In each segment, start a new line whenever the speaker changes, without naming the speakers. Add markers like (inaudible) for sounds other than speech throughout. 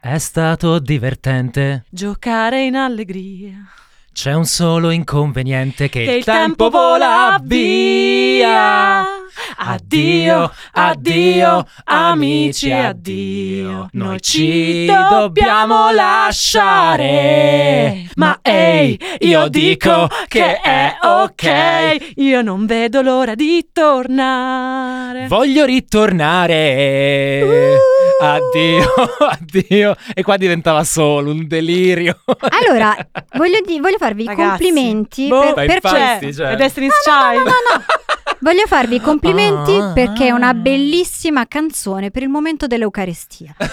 È stato divertente.
Giocare in allegria.
C'è un solo inconveniente che,
Che il tempo vola via. Addio, addio, amici, addio. Noi ci dobbiamo lasciare. Ma ehi, io dico che è ok. Io non vedo l'ora di tornare.
Voglio ritornare.
Uh.
Addio, (laughs) addio. E qua diventava solo un delirio. (laughs)
Allora, voglio, di- voglio farvi i
Ragazzi,
complimenti
boh,
per,
dai,
per
infatti,
questo.
Cioè,
cioè.
è Destiny's Child. (laughs)
Voglio farvi i complimenti
Ah.
perché è una bellissima canzone per il momento
(laughs)
dell'Eucarestia. (laughs)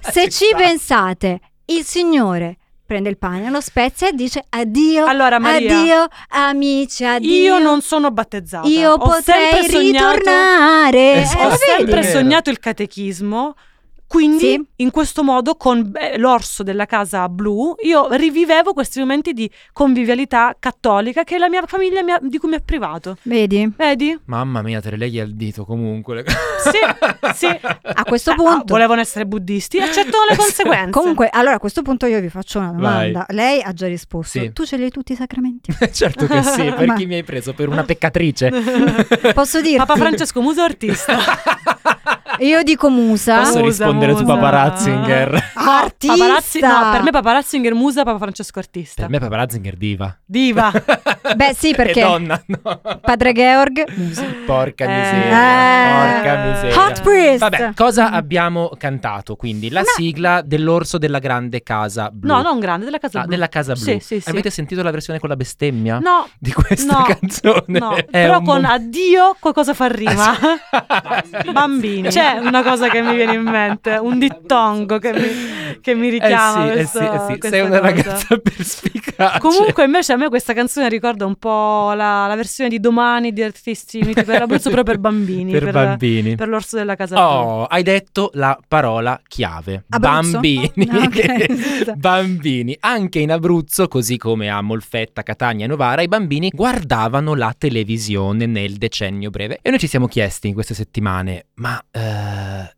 Se ci pensate, il Signore prende il pane, lo spezia e dice addio,
Allora Maria,
addio amici, addio.
io non sono battezzata.
Io
Ho
potrei
sempre sognato-
ritornare.
Eh,
Eh,
Ho
vedi?
sempre
Vero.
sognato il catechismo. Quindi,
Sì.
in questo modo, con eh, l'orso della casa blu, io rivivevo questi momenti di convivialità cattolica che la mia famiglia mi ha- di cui mi ha privato.
Vedi?
Vedi?
Mamma mia, te le leghi al dito comunque. (laughs)
Sì, sì. (laughs)
A questo
Ah,
punto...
volevano essere buddisti,
(laughs)
accettano le
Sì.
conseguenze. (laughs)
Comunque, allora a questo punto io vi faccio una
Vai.
domanda. Lei ha già risposto.
Sì.
Tu ce li hai tutti i sacramenti?
(laughs)
(laughs)
certo che sì, per
Ma-
chi mi hai preso? Per
(laughs)
una peccatrice.
Posso dirti?
Papa Francesco Muso è artista.
Io dico musa.
Posso
Musa,
rispondere su
musa.
Papa
Ah.
Ratzinger?
Artista.
Papa Razzi- no, per me Papa Ratzinger musa, Papa Francesco artista.
Per me Papa Ratzinger diva. (laughs)
Diva.
Beh, sì, perché-
È donna, no?
Padre Georg, musa.
Porca
Eh.
miseria,
Eh.
porca miseria.
Hot Priest.
Vabbè,
Mm-hmm.
cosa abbiamo cantato quindi? La sigla dell'orso della grande casa blu.
No, non grande, della casa
Ah,
blu.
della casa blu.
Sì, sì, sì.
Avete sentito la versione con la bestemmia
No,
di (laughs) questa
no,
canzone?
no.
È
Però
un Ah,
con
mo-
addio qualcosa fa rima. (laughs) Bambini.
Bambini.
C'è una cosa che mi viene in mente, un dittongo che mi, che mi
Eh
richiama.
sì, eh
questo-
sì, eh sì.
questa
Sei una
cosa.
ragazza perspicace.
Comunque invece a me questa canzone ricorda un po' la, la versione di Domani di artisti miti per l'Abruzzo, però per bambini.
Per, bambini.
per l'orso della casa blu.
Oh, hai detto la parola chiave.
Abruzzo?
Bambini.
Ah,
(laughs)
ok.
bambini. Anche in Abruzzo, così come a Molfetta, Catania e Novara, i bambini guardavano la televisione nel decennio breve. E noi ci siamo chiesti in queste settimane, ma eh,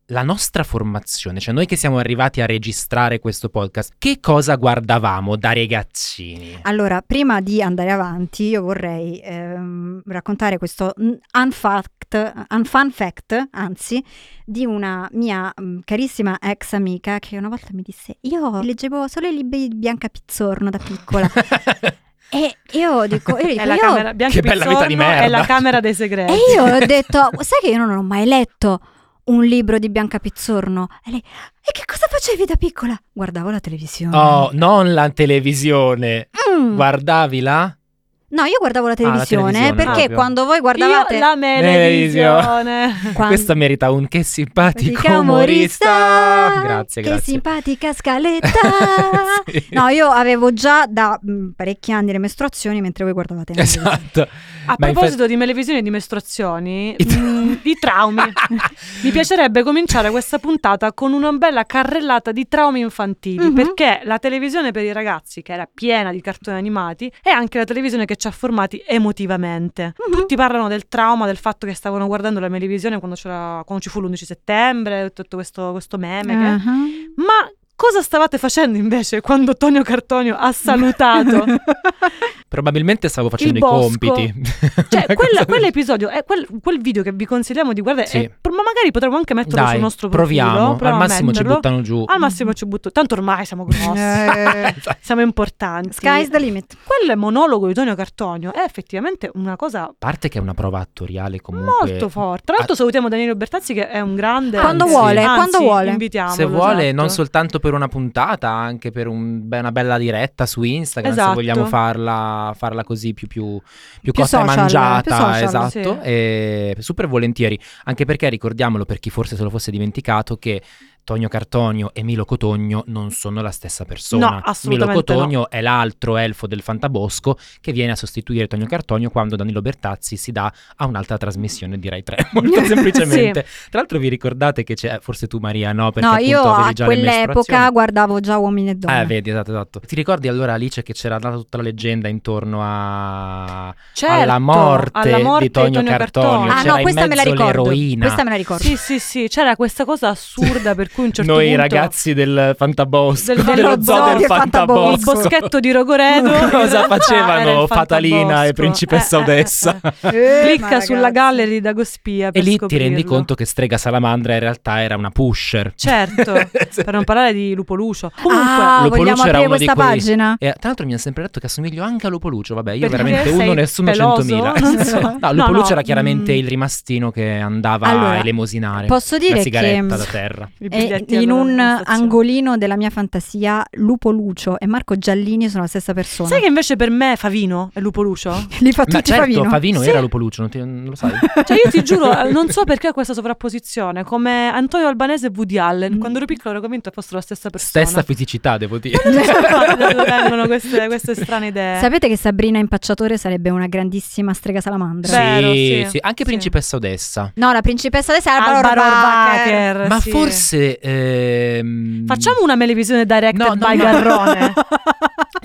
la nostra formazione, cioè noi che siamo arrivati a registrare questo podcast, che cosa guardavamo da ragazzini?
Allora, prima di andare avanti, io vorrei ehm, raccontare questo mm, unfact, unfun fact, anzi, di una mia mm, carissima ex amica che una volta mi disse: Io leggevo solo i libri di Bianca Pizzorno da piccola.
(laughs)
e io dico: io dico
È la
"Io-"
camera, Bianca
Che bella vita di
Pizzorno È la
merda.
camera (laughs) dei segreti.
E io ho detto: Sai che io non ho mai letto un libro di Bianca Pizzorno? E lei: E che cosa facevi da piccola? Guardavo la televisione.
(laughs) Oh, non la televisione.
Mm.
Guardavi la?
No, io guardavo la
Ah, la
televisione,
televisione,
perché
proprio.
quando voi guardavate
Io la televisione.
Quando-
Questa merita un che simpatico
Simpatica
umorista. Grazie,
che
grazie.
simpatica scaletta.
(laughs) Sì.
No, io avevo già da mh, parecchi anni le mestruazioni mentre voi guardavate. la televisione.
(laughs) Esatto.
A
Ma
proposito di melevisione e di mestruazioni,
I tra-
mm, di
(laughs)
traumi, (laughs) mi piacerebbe cominciare questa puntata con una bella carrellata di traumi infantili,
Mhm.
perché la televisione per i ragazzi, che era piena di cartoni animati, è anche la televisione che ci ha formati emotivamente.
Mhm.
Tutti parlano del trauma, del fatto che stavano guardando la melevisione quando, c'era- quando ci fu l'11 settembre, tutto questo, questo meme. che-
Eh.
Uh-huh.
Ma cosa stavate facendo invece quando Tonio Cartonio ha
(laughs)
salutato?
Probabilmente stavo facendo i
bosco.
compiti.
Cioè,
(laughs) Una
quella-
cosa del-
quell'episodio, è quel, quel video che vi consigliamo di guardare,
Sì.
e pro- ma magari potremmo anche metterlo
Dai,
sul nostro profilo.
proviamo. Al
proviamo a
massimo ci
metterlo. Ah,
buttano giù.
Al massimo ci butto. Tanto ormai
(laughs)
siamo grossi,
Eh,
siamo importanti.
Sky's the limit.
Quel monologo di Tonio Cartonio è effettivamente una cosa
A parte che è una prova attoriale comunque.
molto forte. Tra l'altro, salutiamo Danilo Bertazzi, che è un grande.
Quando
Anzi.
vuole,
anzi,
quando vuole.
invitiamolo,
Se vuole,
esatto.
non soltanto per una puntata, anche per un- beh, una bella diretta su Instagram,
Esatto.
se vogliamo farla, farla così più, più,
Più
più, cotta
social,
e mangiata.
più social,
esatto.
sì.
E super volentieri. Anche perché ricordiamolo per chi forse se lo fosse dimenticato che Tonio Cartonio e Milo Cotogno non sono la stessa persona.
No, assolutamente
Milo Cotogno è l'altro elfo del Fantabosco che viene a sostituire Tonio Cartonio quando Danilo Bertazzi si dà a un'altra trasmissione, direi tre,
(laughs)
(laughs) molto semplicemente. Tra l'altro vi ricordate che c'è, forse tu Maria, no? Perché
no,
appunto
io
avevi
a
già le
quell'epoca
mestruazioni.
guardavo già uomini e donne.
Eh, vedi, esatto, esatto. Ti ricordi allora Alice che c'era andata tutta la leggenda intorno a...
Certo,
alla, morte
alla morte
di Tonio, Cartonio, cioè.
Ah,
c'era
no,
in
questa me la
mezzo
ricordo.
l'eroina.
Questa me la ricordo.
Sì, sì, sì, c'era questa cosa assurda per cui a un certo
(laughs) Noi
punto
ragazzi del Fantabosco,
Del-
(laughs) dello
dello
zoo
zoo
del
del
Fantabosco,
Fantabosco.
il
(laughs)
boschetto di Rogoredo in
cosa
realtà era
facevano
il
Fatalina
Fantabosco.
e Principessa
Eh, eh, eh,
Odessa?
eh.
Eh, ma
Clicca
ragazzi.
sulla gallery da Gospia per
E lì ti rendi
scoprirlo.
conto che Strega Salamandra in realtà era una pusher. (laughs)
Certo,
Sì.
per non parlare di Lupo Lucio. Comunque,
Ah,
Lupo
vogliamo
Lucio era
aprire
uno di
questa
quei-
pagina?
E, tra l'altro mi hanno sempre detto che assomiglio anche a Lupo Lucio, vabbè, io
Perché
veramente
sei
uno, nessuno
peloso?
centomila.
(laughs) Non so.
No, Lupo
No, no,
Lucio era chiaramente
mm.
il rimastino che andava a
Allora,
elemosinare
Posso
la
dire che mm,
sigaretta da terra.
i
eh,
biglietti
in
allora
un
alla stazione.
angolino della mia fantasia Lupo Lucio e Marco Giallini sono la stessa persona.
Sai che invece per me Favino è Lupo Lucio?
Li fa
Ma
tutti
certo, Favino,
Favino.
Sì.
era Lupo Lucio, non, ti- non
(laughs)
lo sai?
Cioè io ti giuro,
(laughs)
eh, non so perché questa sovrapposizione, come Antonio Albanese e Woody Allen.
Mm.
Quando ero piccolo ero convinto fossero la stessa persona.
Stessa fisicità, devo dire.
(laughs)
persona. da (laughs) dove vengono queste, queste strane idee?
Sapete che Sabrina Impacciatore sarebbe una grandissima strega salamandra?
Vero, sì.
anche
Sì.
Principessa Odessa.
No, la principessa adesso è Alba
Alvaro
Rohrwacher.
Orbacher,
Ma
Eh, sì.
forse... ehm,
Facciamo una melevisione directed
No, no,
by
no. (laughs)
Garrone.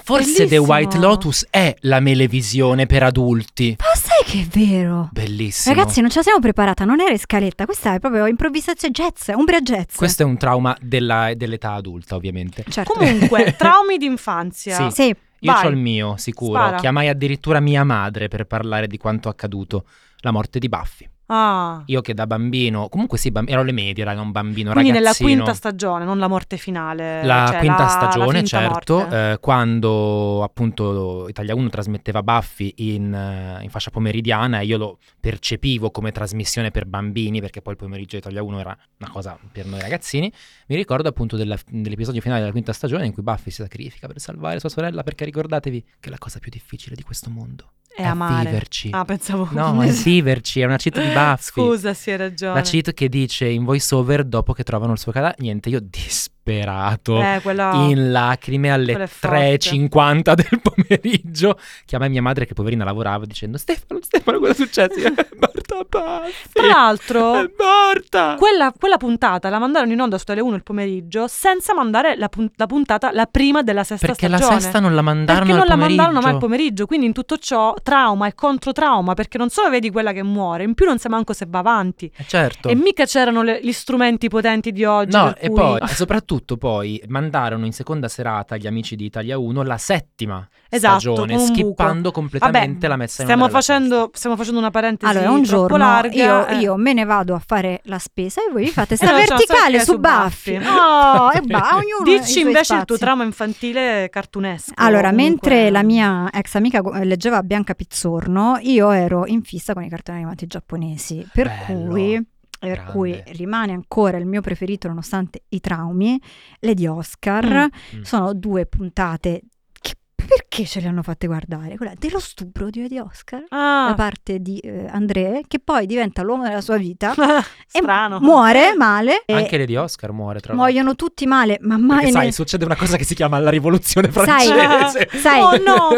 Forse The
Bellissimo.
White Lotus è la melevisione per adulti.
Ma sai che è vero?
Bellissimo.
Ragazzi, non ce la siamo preparata, non era in scaletta, questa è proprio improvvisazione jazz, umbria jazz.
Questo è un trauma della- dell'età adulta, ovviamente.
Certo.
(laughs)
Comunque, traumi d'infanzia.
Sì.
Sì,
Io
Vai.
ho il mio, sicuro.
Spara.
Chiamai addirittura mia madre per parlare di quanto accaduto. La morte di Buffy.
Ah.
Io che da bambino, comunque sì, bam- ero alle medie, raga, un bambino
Quindi nella
ragazzino.
quinta stagione, non la morte finale.
la
cioè
quinta
la-
stagione,
la finta
certo,
morte.
eh, quando appunto Italia 1 trasmetteva Buffy in, eh, in fascia pomeridiana e io lo percepivo come trasmissione per bambini, perché poi il pomeriggio di Italia 1 era una cosa per noi ragazzini, mi ricordo appunto della- dell'episodio finale della quinta stagione in cui Buffy si sacrifica per salvare sua sorella, perché ricordatevi che la cosa più difficile di questo mondo
È
è
amare.
viverci.
Ah, (laughs) pensavo.
No, è viverci, è una cheat di Buffy.
Scusa, sì, hai ragione.
La cheat che dice in voice over dopo che trovano il suo cadavere, niente, io disperato
Eh, quella...
in lacrime alle
Quello è forte.
3.50 del (laughs) pomeriggio. Chiamai mia madre che poverina lavorava dicendo Stefano, Stefano, cosa è successo?
(laughs)
(laughs) Eh, Io, è morta Buffy,
Tra l'altro,
(laughs) è morta.
quella, quella puntata la mandarono in onda su Tele 1 il pomeriggio senza mandare la, pun- la puntata, la prima della sesta
Perché la
stagione.
sesta non la mandarono
perché non
al
la
pomeriggio.
mandarono mai al pomeriggio, quindi in tutto ciò trauma e controtrauma, perché non solo vedi quella che muore, in più non sai manco se va avanti.
Eh, certo.
E mica c'erano le- gli strumenti potenti di oggi.
No,
per
e
cui-
poi, e soprattutto poi, mandarono in seconda serata gli amici di Italia 1 la settima
Esatto,
stagione,
con un buco.
skippando completamente la messa in
Stiamo
onda della
facendo, stiamo facendo una parentesi
allora un
troppo
giorno
larga. Eh,
io, io me ne vado a fare la spesa e voi vi
(laughs)
fate sta
no, c'ho
verticale
sempre
su
su
Buffy.
Buffy.
(laughs)
No, e va, ognuno ha i
Dici
suoi
invece il
spazi.
tuo trauma infantile cartunesco.
Allora,
comunque-
mentre la mia ex amica gu- leggeva Bianca Pizzorno, io ero in fissa con i cartoni animati giapponesi, per
Bello,
cui per
grande.
cui rimane ancora il mio preferito nonostante i traumi, le di Oscar.
Mm, mm.
Sono due puntate che perché ce le hanno fatte guardare? Quella dello stupro di Lady Oscar da
Ah,
parte di eh, André che poi diventa l'uomo della sua vita e
strano.
muore male e
Anche Lady Oscar muore, tra l'altro.
muoiono tutti male, ma mai
Perché sai,
ne-
succede una cosa che si chiama la rivoluzione
Sai-
francese. (laughs)
sai-
Oh no,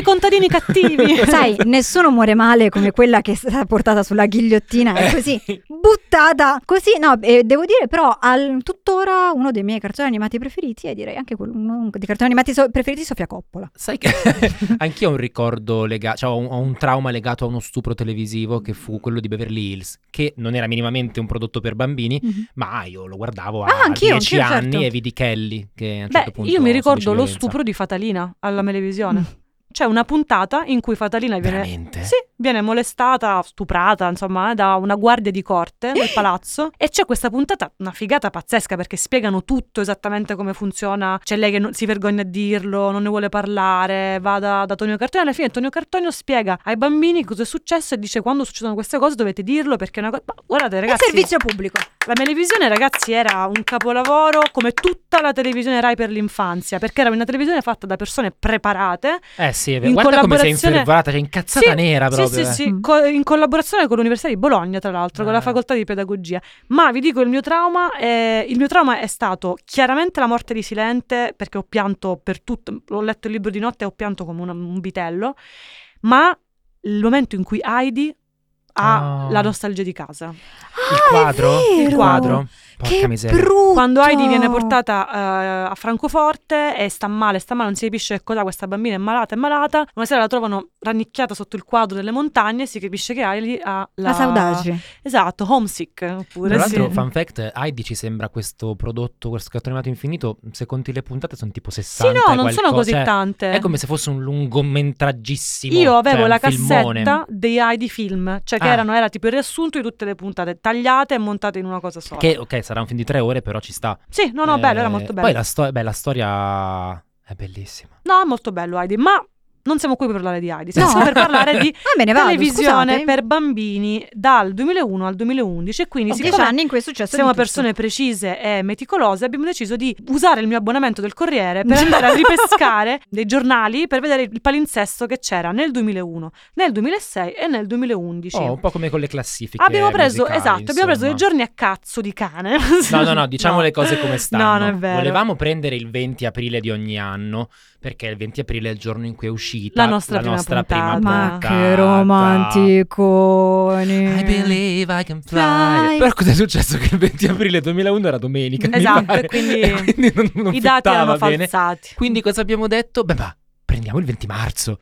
(laughs)
contadini cattivi. (laughs)
Sai, nessuno muore male come quella che è stata portata sulla ghigliottina,
eh,
è
(laughs)
così
Eh,
buttata così. No, e devo dire, però, al, tuttora uno dei miei cartoni animati preferiti, e direi anche quello- uno dei cartoni animati so- preferiti di Sofia Coppola.
Sai che (laughs) anch'io ho un ricordo legato, cioè ho un, ho un trauma legato a uno stupro televisivo che fu quello di Beverly Hills, che non era minimamente un prodotto per bambini,
Mhm.
ma io lo guardavo a
Ah, anch'io,
10
anch'io,
anni
certo.
e vidi Kelly che a un
Beh,
certo punto
io mi ricordo
subisce
lo
violenza.
stupro di Fatalina alla televisione.
Mm.
C'è una puntata in cui Fatalina viene
Eh?
Veramente?
Sì, viene molestata, stuprata, insomma, eh, da una guardia di
(gasps)
corte nel palazzo. e c'è questa puntata, una figata pazzesca, perché spiegano tutto esattamente come funziona. C'è lei che non- si vergogna a dirlo, non ne vuole parlare, va da, da Tonio Cartonio. Alla fine Tonio Cartonio spiega ai bambini cosa è successo e dice quando succedono queste cose dovete dirlo perché è una cosa... Ma Guardate
Il
ragazzi...
servizio pubblico.
La televisione, ragazzi, era un capolavoro come tutta la televisione Rai per l'infanzia, perché era una televisione fatta da persone preparate
Eh sì, è vero.
In
Guarda come sei
collaborazione-
infervorata, cioè incazzata
Sì,
nera
Sì,
proprio.
sì,
eh.
sì,
Mm.
co- in collaborazione con l'Università di Bologna, tra l'altro, con
Ah.
la facoltà di pedagogia. Ma vi dico, il mio trauma è, il mio trauma è stato chiaramente la morte di Silente, perché ho pianto per tutto, ho letto il libro di notte e ho pianto come una- un vitello, ma il momento in cui Heidi ha
Ah.
la nostalgia di casa.
Il
Ah, è
quadro?
vero!
Il quadro? Porca
Che
miseria.
brutto!
Quando Heidi viene portata eh, a Francoforte e sta male, sta male, non si capisce che cosa, questa bambina è malata, è malata. Una sera la trovano rannicchiata sotto il quadro delle montagne e si capisce che Heidi ha la,
La saudade.
Esatto, homesick
Tra
oppure sì.
l'altro, fun fact, Heidi ci sembra questo prodotto, questo cartone animato infinito, se conti le puntate sono tipo 60
Sì, no,
e
non sono
qualcosa,
così
cioè,
tante.
È come se fosse un lungometraggissimo
Io avevo
cioè, un
la
filmone.
cassetta dei Heidi film, cioè che
Ah.
erano, era tipo il riassunto di tutte le puntate tagliate e montate in una cosa sola.
Che, ok, sarà un film di tre ore, però ci sta.
Sì, no, no,
Eh,
bello, era molto bello.
Poi la, sto- beh, la storia è bellissima.
No, è molto bello Heidi, ma non siamo qui per parlare di Heidi,
No.
siamo per parlare
(laughs)
di
Ah, me ne vado,
televisione
scusate.
per bambini dal 2001 al 2011 e quindi
Ho dieci
siccome
anni in cui è successo
siamo
di tutto.
persone precise e meticolose abbiamo deciso di usare il mio abbonamento del Corriere
(laughs)
per andare a ripescare dei giornali per vedere il palinsesto che c'era nel 2001, nel 2006 e nel 2011.
Oh, un po' come con le classifiche.
Abbiamo preso,
musicali,
esatto, abbiamo preso dei
insomma.
giorni a cazzo di cane.
No, no,
(laughs)
no, diciamo le cose come stanno.
No, non è vero.
Volevamo prendere il 20 aprile di ogni anno, perché il 20 aprile è il giorno in cui è uscita
La nostra prima
prima
puntata.
Ma che
puntata.
romanticoni.
Eh.
I believe I can
Fly.
fly. Però cosa è successo? Che il 20 aprile 2001 era domenica. mi
Esatto,
pare.
e quindi
(laughs) E quindi non, non
I dati
fittava
erano
bene.
falsati.
Quindi cosa abbiamo detto? Beh, ma prendiamo il 20 marzo.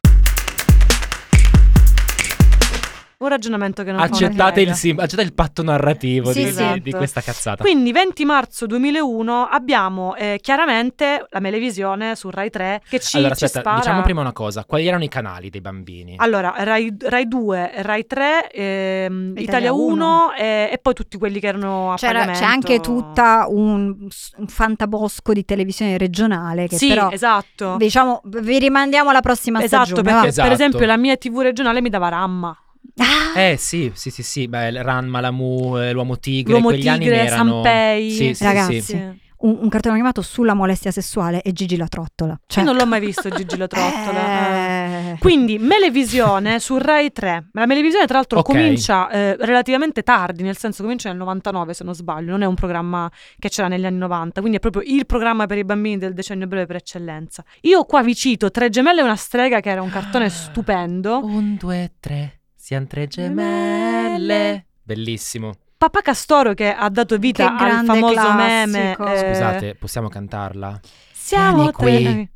Un ragionamento che non fa una
Accettate
piega.
il, sim- accettate il patto narrativo
Sì,
di,
sì.
di- di questa cazzata.
Quindi 20 marzo 2001 abbiamo eh, chiaramente la Melevisione su Rai 3 che ci,
allora,
ci
aspetta,
spara. Ah.
diciamo prima una cosa. Quali erano i canali dei bambini?
Allora, Rai, Rai 2, Rai 3, ehm,
Italia
Italia, 1, e, e poi tutti quelli che erano a
C'era-
pagamento.
c'è anche tutta un, un fantabosco di televisione regionale che
Sì,
però
esatto.
diciamo vi rimandiamo alla prossima
Esatto,
stagione.
perché
Esatto.
per esempio la mia TV regionale mi dava Ramma,
va. Ah,
Eh sì, sì, sì, sì, beh, Ran, Malamu, eh, l'uomo tigre,
L'uomo
quegli anni ne
Tigre,
erano...
Sanpei.
Sì, sì,
Ragazzi,
sì.
un, un cartone animato sulla molestia sessuale e Gigi la trottola. Cioè,
Io non l'ho mai visto Gigi
(laughs)
la Trottola. eh.
Eh.
Quindi Melevisione su Rai 3. La Melevisione tra l'altro
Ok.
comincia eh, relativamente tardi, nel senso comincia nel 99 se non sbaglio, non è un programma che c'era negli anni 90, quindi è proprio il programma per i bambini del decennio breve per eccellenza. Io qua vi cito Tre gemelle e una strega che era un
Ah.
cartone stupendo,
Un, due, tre, siamo tre
Gemelle.
gemelle. Bellissimo.
Papà Castoro che ha dato vita
Che
al
grande
famoso meme.
classico.
eh,
Scusate, possiamo cantarla?
siamo
Vieni
tre- eh,
qui.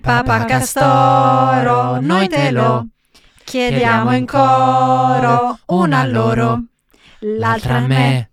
Papà Castoro, noi te lo chiediamo in coro, una a loro, l'altra a me.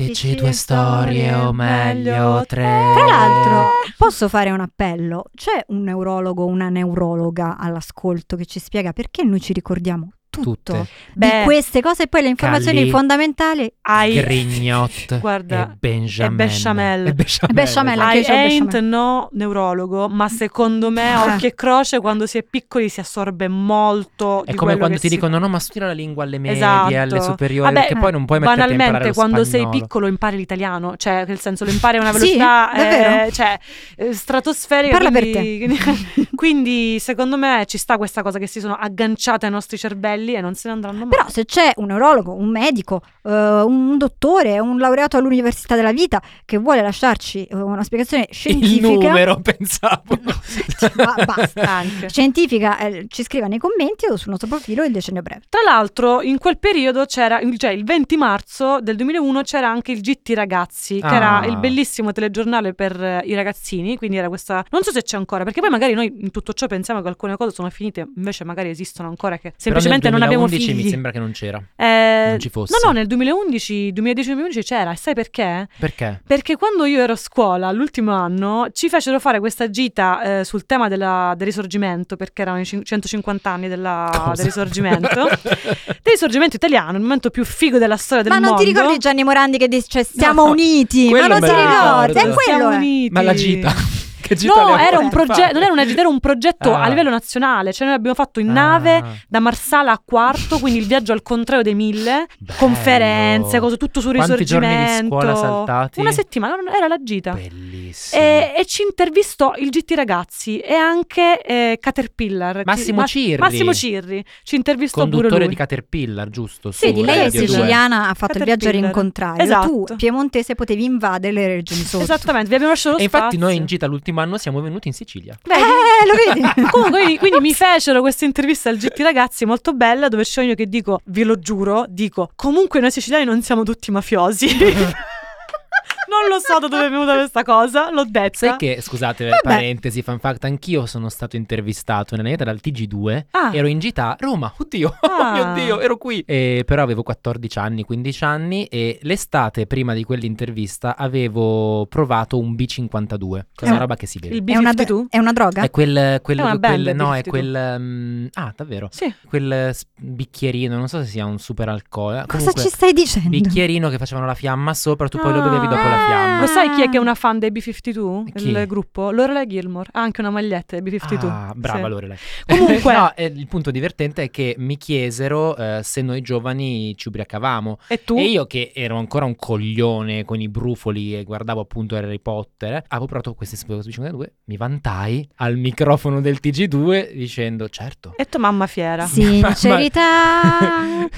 Dici due storie o meglio tre.
Tra l'altro, posso fare un appello? C'è un neurologo, una neurologa all'ascolto che ci spiega perché noi ci ricordiamo tutto
Tutte.
di
Beh,
queste cose e poi le informazioni
Calli.
fondamentali.
hai-
Grignot
Guarda,
e Benjamin.
e Besciamelle.
E Besciamelle.
Besciamelle.
I
Anche io c'ho il
ain't
besciamè.
no neurologo, ma
Mm.
secondo me
Ah.
occhio e croce quando si è piccoli si assorbe molto
È
di
come
quello
quando
che
ti
si-
dicono no ma studia la lingua alle medie,
Esatto.
alle superiori,
Vabbè,
perché poi non puoi metterti a imparare
banalmente
lo
quando
spagnolo.
sei piccolo impari l'italiano, cioè nel senso lo impari a una
Sì,
velocità eh,
davvero.
cioè eh, stratosferica
Parla per
quindi, (laughs) quindi secondo me ci sta questa cosa che si sono agganciate ai nostri cervelli e non se ne andranno
(laughs)
mai.
Però se c'è un neurologo, un medico, eh, un dottore, un laureato all'università della vita che vuole lasciarci eh, una spiegazione
Il
scientifica,
numero, (laughs) pensavo.
No, senti, ma
(laughs)
basta.
anche.
scientifica eh, ci scriva nei commenti o sul nostro profilo il decennio breve.
Tra l'altro, in quel periodo c'era, il- cioè il 20 marzo del 2001 c'era anche il GT Ragazzi, che
Ah.
era il bellissimo telegiornale per eh, i ragazzini, quindi era questa non so se c'è ancora, perché poi magari noi in tutto ciò pensiamo che alcune cose sono finite, invece magari esistono ancora che semplicemente
Però nel
non abbiamo
2011
figli.
mi sembra che non c'era.
Eh,
non ci fosse.
No, no, nel 2011, 2010-2011 c'era, e sai perché?
Perché?
Perché quando io ero a scuola, l'ultimo anno, ci fecero fare questa gita eh, sul tema della- del risorgimento, perché erano i cin- 150 anni della-
Cosa?
del
(laughs)
risorgimento. del risorgimento italiano, il momento più figo della storia del
Ma non
mondo. Ah,
ti ricordi Gianni Morandi che dice siamo
No,
uniti? Ma
quello
non
me
ti
lo
ricordi? È
ricordo.
quello. eh.
Siamo
è.
uniti.
Ma la gita? (laughs) che gita
No,
le
era
vuoi
un
fare?
progetto, non era una gita, era un progetto
Ah.
a livello nazionale. Cioè, noi abbiamo fatto in
Ah.
nave da Marsala a Quarto, quindi il viaggio al contrario dei mille,
Bello.
conferenze, cose, tutto sul
Quanti giorni di
risorgimento.
scuola saltati?
Una settimana, no, no, era la gita.
Bellissimo. Bellissimo.
E, e ci intervistò il GT Ragazzi e anche eh, Caterpillar.
Massimo
Ci-
Cirri.
Massimo Cirri. Ci intervistò pure
Conduttore
lui.
di Caterpillar, giusto?
Sì,
Su
Quindi lei è
Radio due.
siciliana, ha fatto il viaggio
Caterpillar.
all'incontrario. Tu,
Esatto.
piemontese, potevi invadere le regioni sotto.
Esattamente, vi abbiamo lasciato lo
E infatti
spazio.
noi in gita l'ultimo anno siamo venuti in Sicilia.
Vedi?
Eh, lo
(laughs)
vedi?
Comunque, quindi, quindi mi fecero questa intervista al GT Ragazzi molto bella, dove c'ho io che dico, vi lo giuro, dico, comunque noi siciliani non siamo tutti mafiosi.
(laughs)
(laughs) non lo so da dove è venuta questa cosa, l'ho detta.
Sai che, scusate,
Vabbè.
parentesi, fan fact, anch'io sono stato intervistato nella nera dal TG2.
Ah.
Ero in gita a Roma, (laughs) oddio, oh
Ah.
mio Dio, ero (laughs) qui. E però avevo 14 anni, 15 anni e l'estate prima di quell'intervista avevo provato un B52, che è una
Eh.
roba che si vede.
Il
È una,
B52?
è una droga?
È quel, quel-
È una
quel-
band,
no, è
B52.
quel, mm, ah, davvero,
Sì.
quel eh, s- bicchierino, non so se sia un super alcol.
Cosa ci stai dicendo?
Bicchierino che facevano la fiamma sopra, tu poi lo
Ah.
bevevi dopo la fiamma.
Lo sai chi è che
Ah.
è una fan dei B52?
Chi?
Il gruppo? Lorelai Gilmore. Ha anche una maglietta dei B52.
Ah, brava
Sì.
Lorelai.
Comunque-
(laughs) No, eh, il punto divertente è che mi chiesero eh, se noi giovani ci ubriacavamo.
E tu?
E io, che ero ancora un coglione con i brufoli e guardavo appunto Harry Potter, eh, avevo provato queste 52, mi vantai al microfono del TG2 dicendo: Certo.
E tua mamma
(laughs)
fiera.
Sincerità.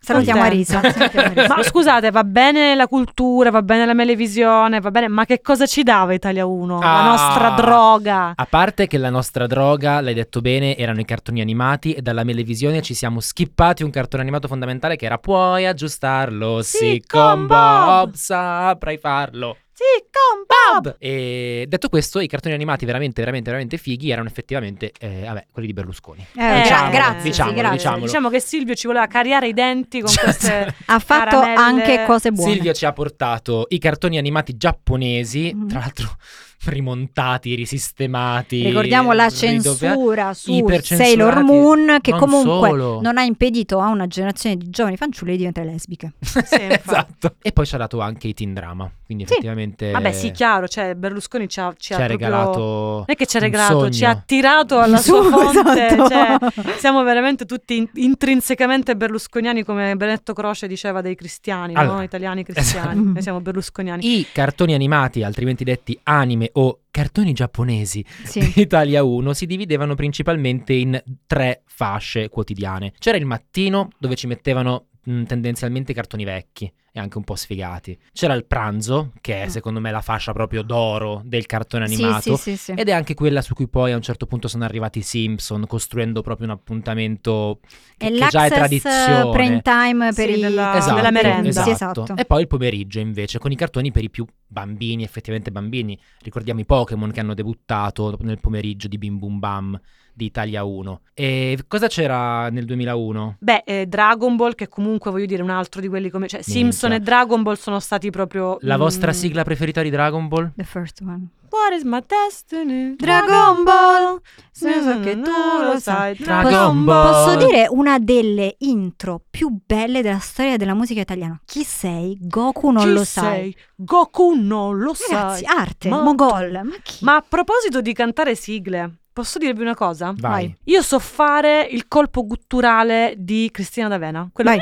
Salutiamo
Contenta. (laughs)
Arisa. salutiamo Arisa.
Ma scusate, va bene la cultura, va bene la melevisione, va bene, ma che cosa ci dava Italia 1?
Ah.
La nostra droga.
A parte che la nostra droga, l'hai detto bene, erano i cartoni animati e dalla melevisione ci siamo skippati un cartone animato fondamentale che era Puoi aggiustarlo,
Sì,
sì, con
con Bob.
Bob, saprai farlo.
Sì, con Bob.
E detto questo, i cartoni animati veramente, veramente, veramente fighi erano effettivamente, eh, vabbè, quelli di Berlusconi.
Eh, diciamo,
Eh,
Diciamolo,
grazie, sì,
diciamolo,
grazie.
diciamolo. Certo.
Diciamo che Silvio ci voleva cariare i denti con queste...
Ha fatto
Caramelle.
anche cose buone.
Silvio ci ha portato i cartoni animati giapponesi,
Mm.
tra l'altro (laughs) rimontati, risistemati.
Ricordiamo la
ridoppiati.
censura su
ipercensurati.
Sailor Moon che
Non
comunque
solo.
non ha impedito a una generazione di giovani fanciulle di diventare lesbiche.
Sì, infatti.
Esatto. E poi ci ha dato anche i teen drama, quindi
Sì.
effettivamente
Vabbè, sì, chiaro, cioè Berlusconi ci ha, ci
Eh. ci
ha
ha
proprio-
regalato
Non è che ci ha
un
regalato, ci ha
sogno.
tirato
(laughs)
alla
Su,
sua fonte.
esatto.
cioè, siamo veramente tutti in- intrinsecamente berlusconiani, come Benetto Croce diceva dei cristiani, no?
Allora,
Italiani cristiani.
esatto.
Noi siamo berlusconiani.
i cartoni animati, altrimenti detti anime o cartoni giapponesi
Sì.
Italia 1 si dividevano principalmente in tre fasce quotidiane. C'era il mattino dove ci mettevano mh, tendenzialmente i cartoni vecchi e anche un po' sfigati. C'era il pranzo, che
Ah.
è secondo me la fascia proprio d'oro del cartone animato.
Sì, sì, sì, sì.
Ed è anche quella su cui poi a un certo punto sono arrivati i Simpson, costruendo proprio un appuntamento che,
È
che già è
l'access, eh,
tradizione.
prime time per
Sì,
i
della-
Esatto,
della merenda.
esatto.
Sì, esatto.
E poi il pomeriggio invece con i cartoni per i più bambini, effettivamente bambini. Ricordiamo i Pokémon che hanno debuttato nel pomeriggio di Bim Bum Bam di Italia 1. E cosa c'era nel 2001?
Beh, eh, Dragon Ball, che comunque voglio dire un altro di quelli come. Cioè, Simpson e Dragon Ball sono stati proprio.
La vostra
mm,
sigla preferita di Dragon Ball?
The first one.
What is my destiny?
Dragon Ball, senza che tu lo sai.
Dragon Ball.
Posso dire una delle intro più belle della storia della musica italiana. Chi sei? Goku non
Chi
lo sai.
sei? Goku non lo
Ragazzi,
sai.
arte,
Ma-
mogol, ma chi?
Ma a proposito di cantare sigle, posso dirvi una cosa?
Vai.
Io so fare il colpo gutturale di Cristina D'Avena. Quello,
Vai.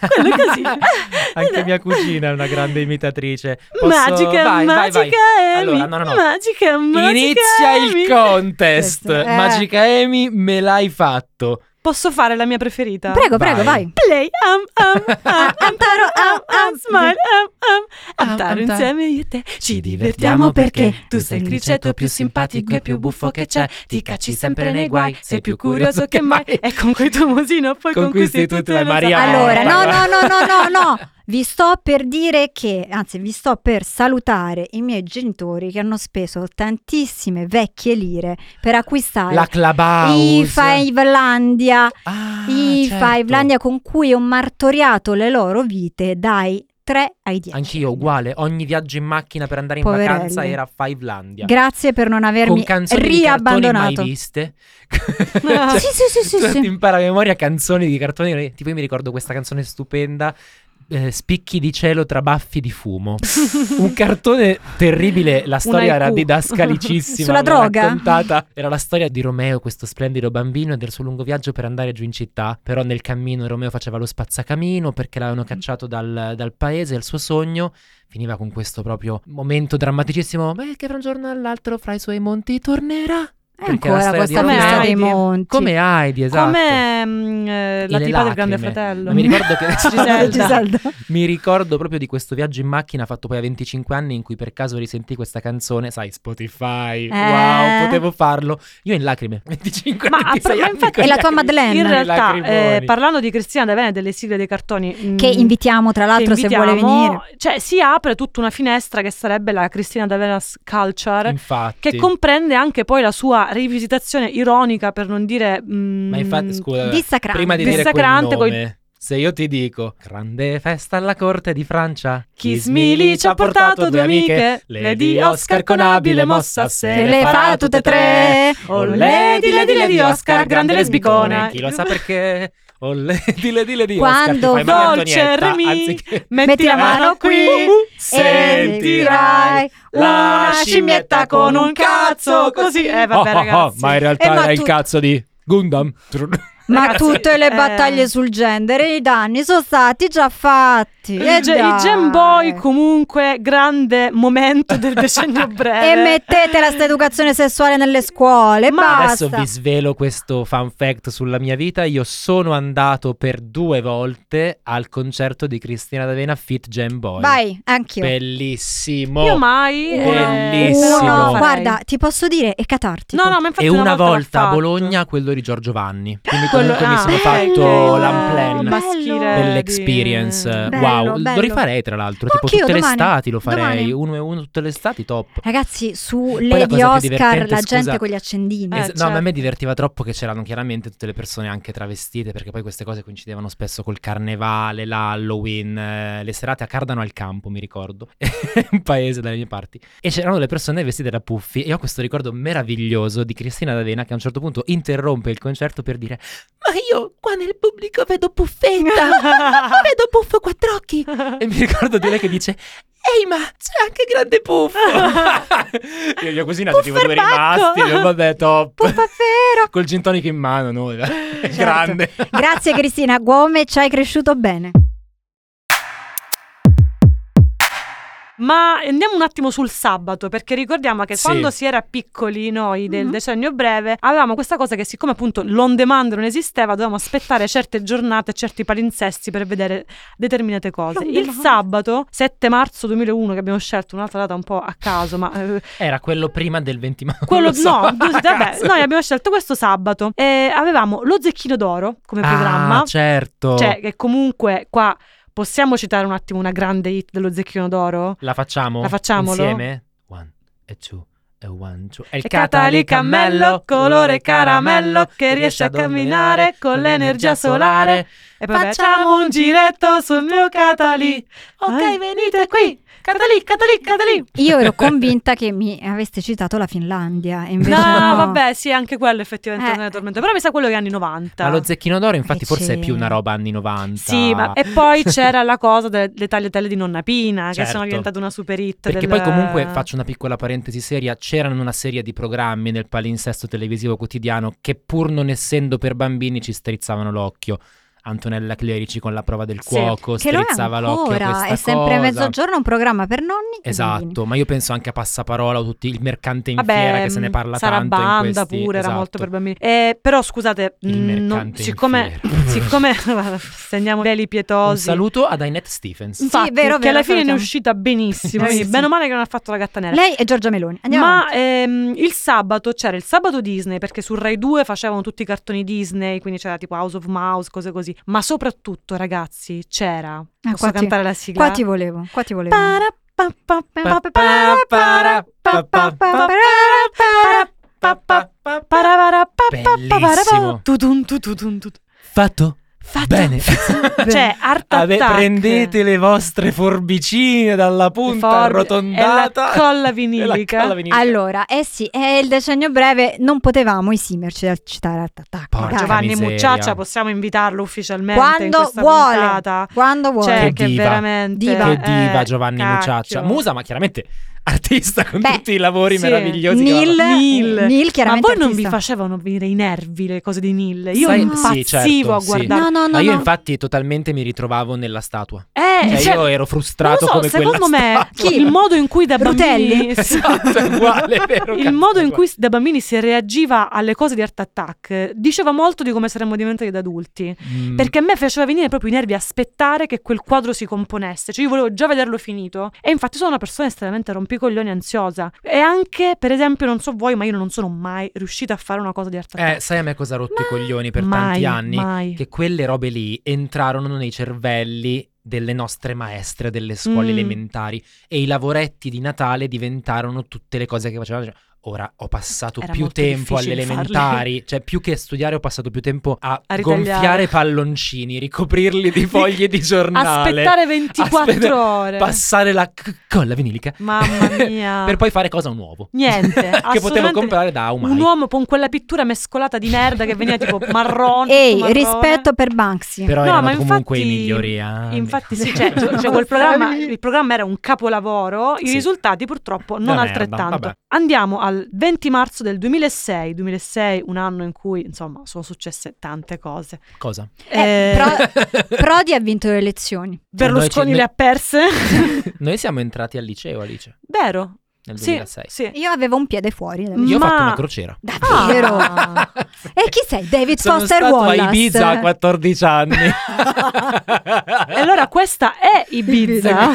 Ah, (laughs) quello così.
(laughs) Anche mia cugina è una grande imitatrice. Posso-
Magica,
vai, vai,
magica
vai.
Amy.
Allora, no, no, no.
Magica, magica
Inizia
Amy.
il contest.
Questo, eh.
Magica Amy, me l'hai fatto.
Posso fare la mia preferita?
Prego, prego,
Vai.
vai.
Play, um, am, am, (laughs) am, am, taro, am, am, um, smile, am, am, am,
Am,
taro
am, taro.
insieme io e te. Um, Ci divertiamo perché tu sei il criceto più simpatico e più buffo che c'è. Ti cacci sempre nei guai, sei più curioso che mai. E con quel tuo musino poi
Conquisti
conquisti
tutte
tutte
le
le
Maria.
sa-
Allora, no,
guarda.
no, no, no, no,
(laughs)
no. Vi sto per dire che, anzi, vi sto per salutare i miei genitori che hanno speso tantissime vecchie lire per acquistare
La Clubhouse.
i Fivelandia,
Ah,
i
certo.
Fivelandia con cui ho martoriato le loro vite dai 3 ai 10.
Anch'io uguale, ogni viaggio in macchina per andare in
Poverelli.
vacanza era a Fivelandia.
Grazie per non
Con
avermi
canzoni di cartoni mai
riabbandonato.
viste. Cioè,
sì, sì, sì, sì,
(laughs) tu
sì.
ti impara a memoria canzoni di cartoni, tipo io mi ricordo questa canzone stupenda eh, spicchi di cielo tra baffi di fumo.
(laughs)
Un cartone terribile, la storia era
IQ.
didascalicissima.
Sulla
l'ho
droga?
raccontata. Era la storia di Romeo, questo splendido bambino, e del suo lungo viaggio per andare giù in città. Però nel cammino Romeo faceva lo spazzacamino perché l'avevano
Mm.
cacciato dal, dal paese, il suo sogno. Finiva con questo proprio momento drammaticissimo. Beh, che fra un giorno all'altro fra i suoi monti tornerà.
E
Perché la
ancora
storia di
questa
Romeo-
festa dei
Come Heidi.
monti.
Come Heidi, esatto.
Come mm, eh, la
E le
tipa del Grande
lacrime.
Fratello.
Non mi ricordo che- (laughs)
Giselda.
Giselda.
Mi ricordo proprio di questo viaggio in macchina fatto poi a 25 anni in cui per caso risentii questa canzone, sai,
Eh.
Spotify, wow, potevo farlo. Io in lacrime, (laughs)
(laughs)
25
Ma,
26
ma
anni
infatti-
con
E la
gli
tua
lacrimi.
Madeleine?
In
Con i
realtà,
lacrimoni.
eh, parlando di Cristina D'Avena e delle sigle dei cartoni mm,
Che invitiamo tra l'altro
che
se vuole
invitiamo,
venire.
Cioè, si apre tutta una finestra che sarebbe la Cristina D'Avena's Culture,
Infatti.
che comprende anche poi la sua rivisitazione ironica, per non dire... mm,
ma infatti, scusa,
Dissacrante.
Eh, prima di dire quel
Dissacrante coi-
nome, se io ti dico grande festa alla corte di Francia,
Chi smili ci ha portato due amiche, Lady Oscar con abile mossa se le farà tutte e tre. Oh Lady, Lady, Lady Oscar, grande lesbicona.
Chi lo sa perché? Oh (laughs) Lady, Lady, Lady
Quando
Oscar. fai Maria
dolce
Antonietta,
Remy.
anziché- Ah, uh,
Metti la mano qui,
Sentirai
la scimmietta con un cazzo, così. Eh, vabbè,
Oh, oh, oh,
ragazzi.
ma in
Eh,
realtà
ma
era il
tu-
cazzo di Gundam.
Ma
Ragazzi,
tutte le
eh.
battaglie sul genere, i danni sono stati già fatti.
Il,
eh
Ge- il
dai.
Gem Boy comunque grande momento
(laughs)
del decennio breve.
E mettete la sta educazione sessuale nelle scuole.
eh. Ma
basta.
Adesso vi svelo questo fun fact sulla mia vita. Io sono andato per due volte al concerto di Cristina D'Avena Fit Jam Boy.
Vai, anch'io.
Bellissimo.
Io mai. eh,
Boh, Bellissimo.
però
Uno,
lo farei.
guarda, ti posso dire, è catartico.
No, no, ma infatti
e una
l'ha
volta a
fatto.
Bologna quello di Giorgio Vanni. Quindi
Quello-
comunque mi
ah,
sono
ok,
fatto
ok.
l'amplen.
Bello.
Maschile di-
dell'experience.
Bello,
wow,
bello.
lo rifarei tra l'altro,
Ma
tipo
anch'io
tutte le
domani,
estati lo farei,
domani.
uno e uno tutte le estati, top.
Ragazzi, su
la
Lady
cosa più
Oscar
divertente,
la
scusa,
gente con gli accendini.
Eh,
Es- No, ma a
certo.
me divertiva troppo che c'erano chiaramente tutte le persone anche travestite, perché poi queste cose coincidevano spesso col carnevale, l'Halloween, eh, le serate a Cardano al campo, mi ricordo, (laughs) un paese dalle mie parti. E c'erano le persone vestite da puffi e ho questo ricordo meraviglioso di Cristina D'Avena che a un certo punto interrompe il concerto per dire "Ma io qua nel pubblico vedo
(laughs)
puffetta, vedo puffo quattro occhi". E mi ricordo di lei che dice Ehi ma c'è anche grande puffo (laughs) Io gli ho così nato tipo due
Pufferbacco.
rimasti io, Vabbè top
Puffa vero.
Col gin tonic in mano noi Certo. Grande
Grazie Cristina Gome, ci hai cresciuto bene.
Ma andiamo un attimo sul sabato, perché ricordiamo che
Sì.
quando si era piccoli noi del
Mhm.
decennio breve, avevamo questa cosa che siccome appunto l'on demand non esisteva, dovevamo aspettare certe giornate, certi palinsesti per vedere determinate cose.
L'on
Il
demand.
sabato 7 marzo 2001, che abbiamo scelto un'altra data un po' a caso, ma
(laughs)
eh,
(laughs) Era quello prima del 20 maggio
quello no, tu-
(laughs)
vabbè, noi abbiamo scelto questo sabato e avevamo lo Zecchino d'Oro come programma,
Ah certo
cioè che comunque qua possiamo citare un attimo una grande hit dello Zecchino d'Oro?
La facciamo?
La facciamolo?
Insieme? One e two e one, two È il
È catalicammello, colore caramello, che riesce a camminare con l'energia solare. E poi facciamo un giretto sul mio Catalì. Ok,
Eh.
venite qui. Catalì, Catalì, Catalì.
Io ero convinta che mi aveste citato la Finlandia, e invece
No,
no.
no, vabbè, sì, anche quello effettivamente
Eh.
non è tormento. Però mi sa quello che è anni 90.
Ma lo zecchino d'oro infatti
Eh,
forse è
c'è.
più una roba anni 90
sì, ma e
(laughs)
poi c'era la cosa de- delle tagliatelle di Nonna Pina, che sono
Certo.
diventate una super hit.
Perché
del- Eh.
poi comunque faccio una piccola parentesi seria, c'erano una serie di programmi nel palinsesto televisivo quotidiano che pur non essendo per bambini ci strizzavano l'occhio. Antonella Clerici con la prova del
Sì,
cuoco
Che lo è
strizzava l'occhio a
ancora,
questa
è sempre
cosa.
mezzogiorno un programma per nonni e bambini.
Esatto, ma io penso anche a Passaparola o tutti il mercante in fiera che se ne
mh,
parla
Sarabanda
tanto in questi
mm, pure era
esatto.
molto per bambini. Eh, però scusate,
Il
mh, non-
mercante in
siccome,
fiera.
siccome segniamo veli
Un
pietosi.
saluto ad Annette Stephens.
Infatti,
Sì, vero,
che
vero,
alla fine ne è
salutiamo.
uscita benissimo.
Eh,
quindi
sì,
bene
sì.
o male che non ha fatto la gatta nera.
Lei e Giorgia Meloni. Andiamo
Ma
avanti.
ehm, il sabato c'era il sabato Disney perché su Rai 2 facevano tutti i cartoni Disney, quindi c'era tipo House of Mouse, cose così. Ma soprattutto, ragazzi, c'era. posso
qua ti-
cantare la sigla?
qua ti volevo, qua ti volevo.
Para, pa, pa, pa, pa, pa, para, pa, pa, pa, para, pa, pa, pa, para, para, pa, pa, pa, para, pa.
Bellissimo.
Tutun, tutun, tutun, tutun.
Fatto?
Fatto. Esatto.
(laughs)
Bene.
(laughs) Cioè, Art
Ave-
Attack.
prendete le vostre forbicine dalla punta
For-
arrotondata
e la
(laughs)
colla
E
vinilica.
la colla vinilica.
Allora, eh sì, è il decennio breve, non potevamo esimerci dal citare Art Attack.
Porca
dai.
miseria.
Giovanni Mucciaccia, possiamo invitarlo ufficialmente in
Quando
questa
vuole,
puntata.
quando vuole.
Cioè,
Che
che,
diva.
veramente
Diva.
che
Eh,
diva Giovanni
cacchio.
Mucciaccia musa ma chiaramente artista con
Beh,
tutti i lavori
sì.
meravigliosi che
Neil,
aveva fatto.
Neil.
Neil
Ma
chiaramente
voi non vi
artista.
facevano venire i nervi le cose di Neil? Io
Sai-
impazzivo
sì, certo,
a
sì.
guardare.
No, no, no,
ma io
no.
infatti totalmente mi ritrovavo nella statua
Eh,
Cioè,
cioè,
io ero frustrato
non lo
come
so,
quella
secondo me
statua.
Chi?
il modo in cui da bambini
Rutelli?
(laughs) esatto è uguale è vero
Il
cazzo,
modo in
guarda.
cui s- da bambini si reagiva alle cose di Art Attack eh, diceva molto di come saremmo diventati da adulti.
Mm.
Perché a me faceva venire proprio i nervi aspettare che quel quadro si componesse, cioè io volevo già vederlo finito. E infatti sono una persona estremamente rompicoglioni e ansiosa. E anche, per esempio, non so voi, ma io non sono mai riuscita a fare una cosa di Art Attack.
Eh, sai a me cosa ha rotto i
Mai,
coglioni per
mai,
tanti anni?
mai.
Che quelle robe lì entrarono nei cervelli delle nostre maestre delle scuole
Mm.
elementari e i lavoretti di Natale diventarono tutte le cose che facevano. Cioè, Ora ho passato
Era
più
molto
tempo alle
difficile
elementari, cioè più che studiare ho passato più tempo a,
A ritagliare.
gonfiare palloncini, ricoprirli
(laughs)
di foglie di giornale,
Aspettare 24
Aspetta-
ore.
passare la c- colla vinilica (laughs)
Mamma mia.
per poi fare cosa un uovo.
Niente,
(laughs) che potevo
assolutamente-
comprare oh da Aumai.
Un uomo con quella pittura mescolata di merda che veniva tipo marrone.
Ehi,
tutto marrone.
rispetto per Banksy.
Però
No,
erano
ma
comunque i
infatti-
migliori eh, anni. (laughs)
Infatti sì, cioè, cioè, quel programma, il programma era un capolavoro, i
Sì.
risultati purtroppo non
Una merda,
altrettanto.
vabbè.
Andiamo al 20 marzo del 2006, 2006 un anno in cui insomma sono successe tante cose. (laughs)
Cosa?
Eh,
Eh,
Pro- Prodi ha vinto le elezioni.
Berlusconi
Cioè, Noi ci-
le ha perse,
(laughs) Noi siamo entrati al liceo, Alice,
(laughs) vero?
nel
Sì,
2006.
sì.
Io avevo un piede fuori. nel-
Io ho
Ma-
fatto una crociera.
Davvero?
Mm. Ah.
E chi sei? David
Sono
Foster
stato
Wallace.
a Ibiza a
(laughs)
14 anni.
E allora questa è Ibiza.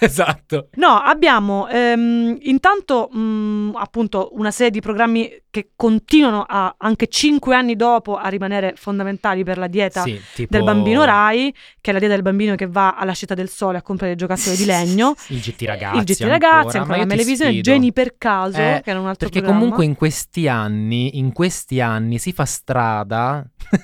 esatto.
(laughs) No, abbiamo ehm, intanto mh, appunto una serie di programmi che continuano a, anche 5 anni dopo a rimanere fondamentali per la dieta
Sì, tipo
Esatto. del bambino Rai, che è la dieta del bambino che va alla città del sole a comprare i giocattoli di legno.
Il GT ragazzi.
il GT ragazzi,
ma
ancora la
io ti
televisione,
sfido.
Geni per caso,
Eh,
che era un altro
Perché
programma. (laughs)
comunque in questi anni, in questi anni si fa strada (laughs)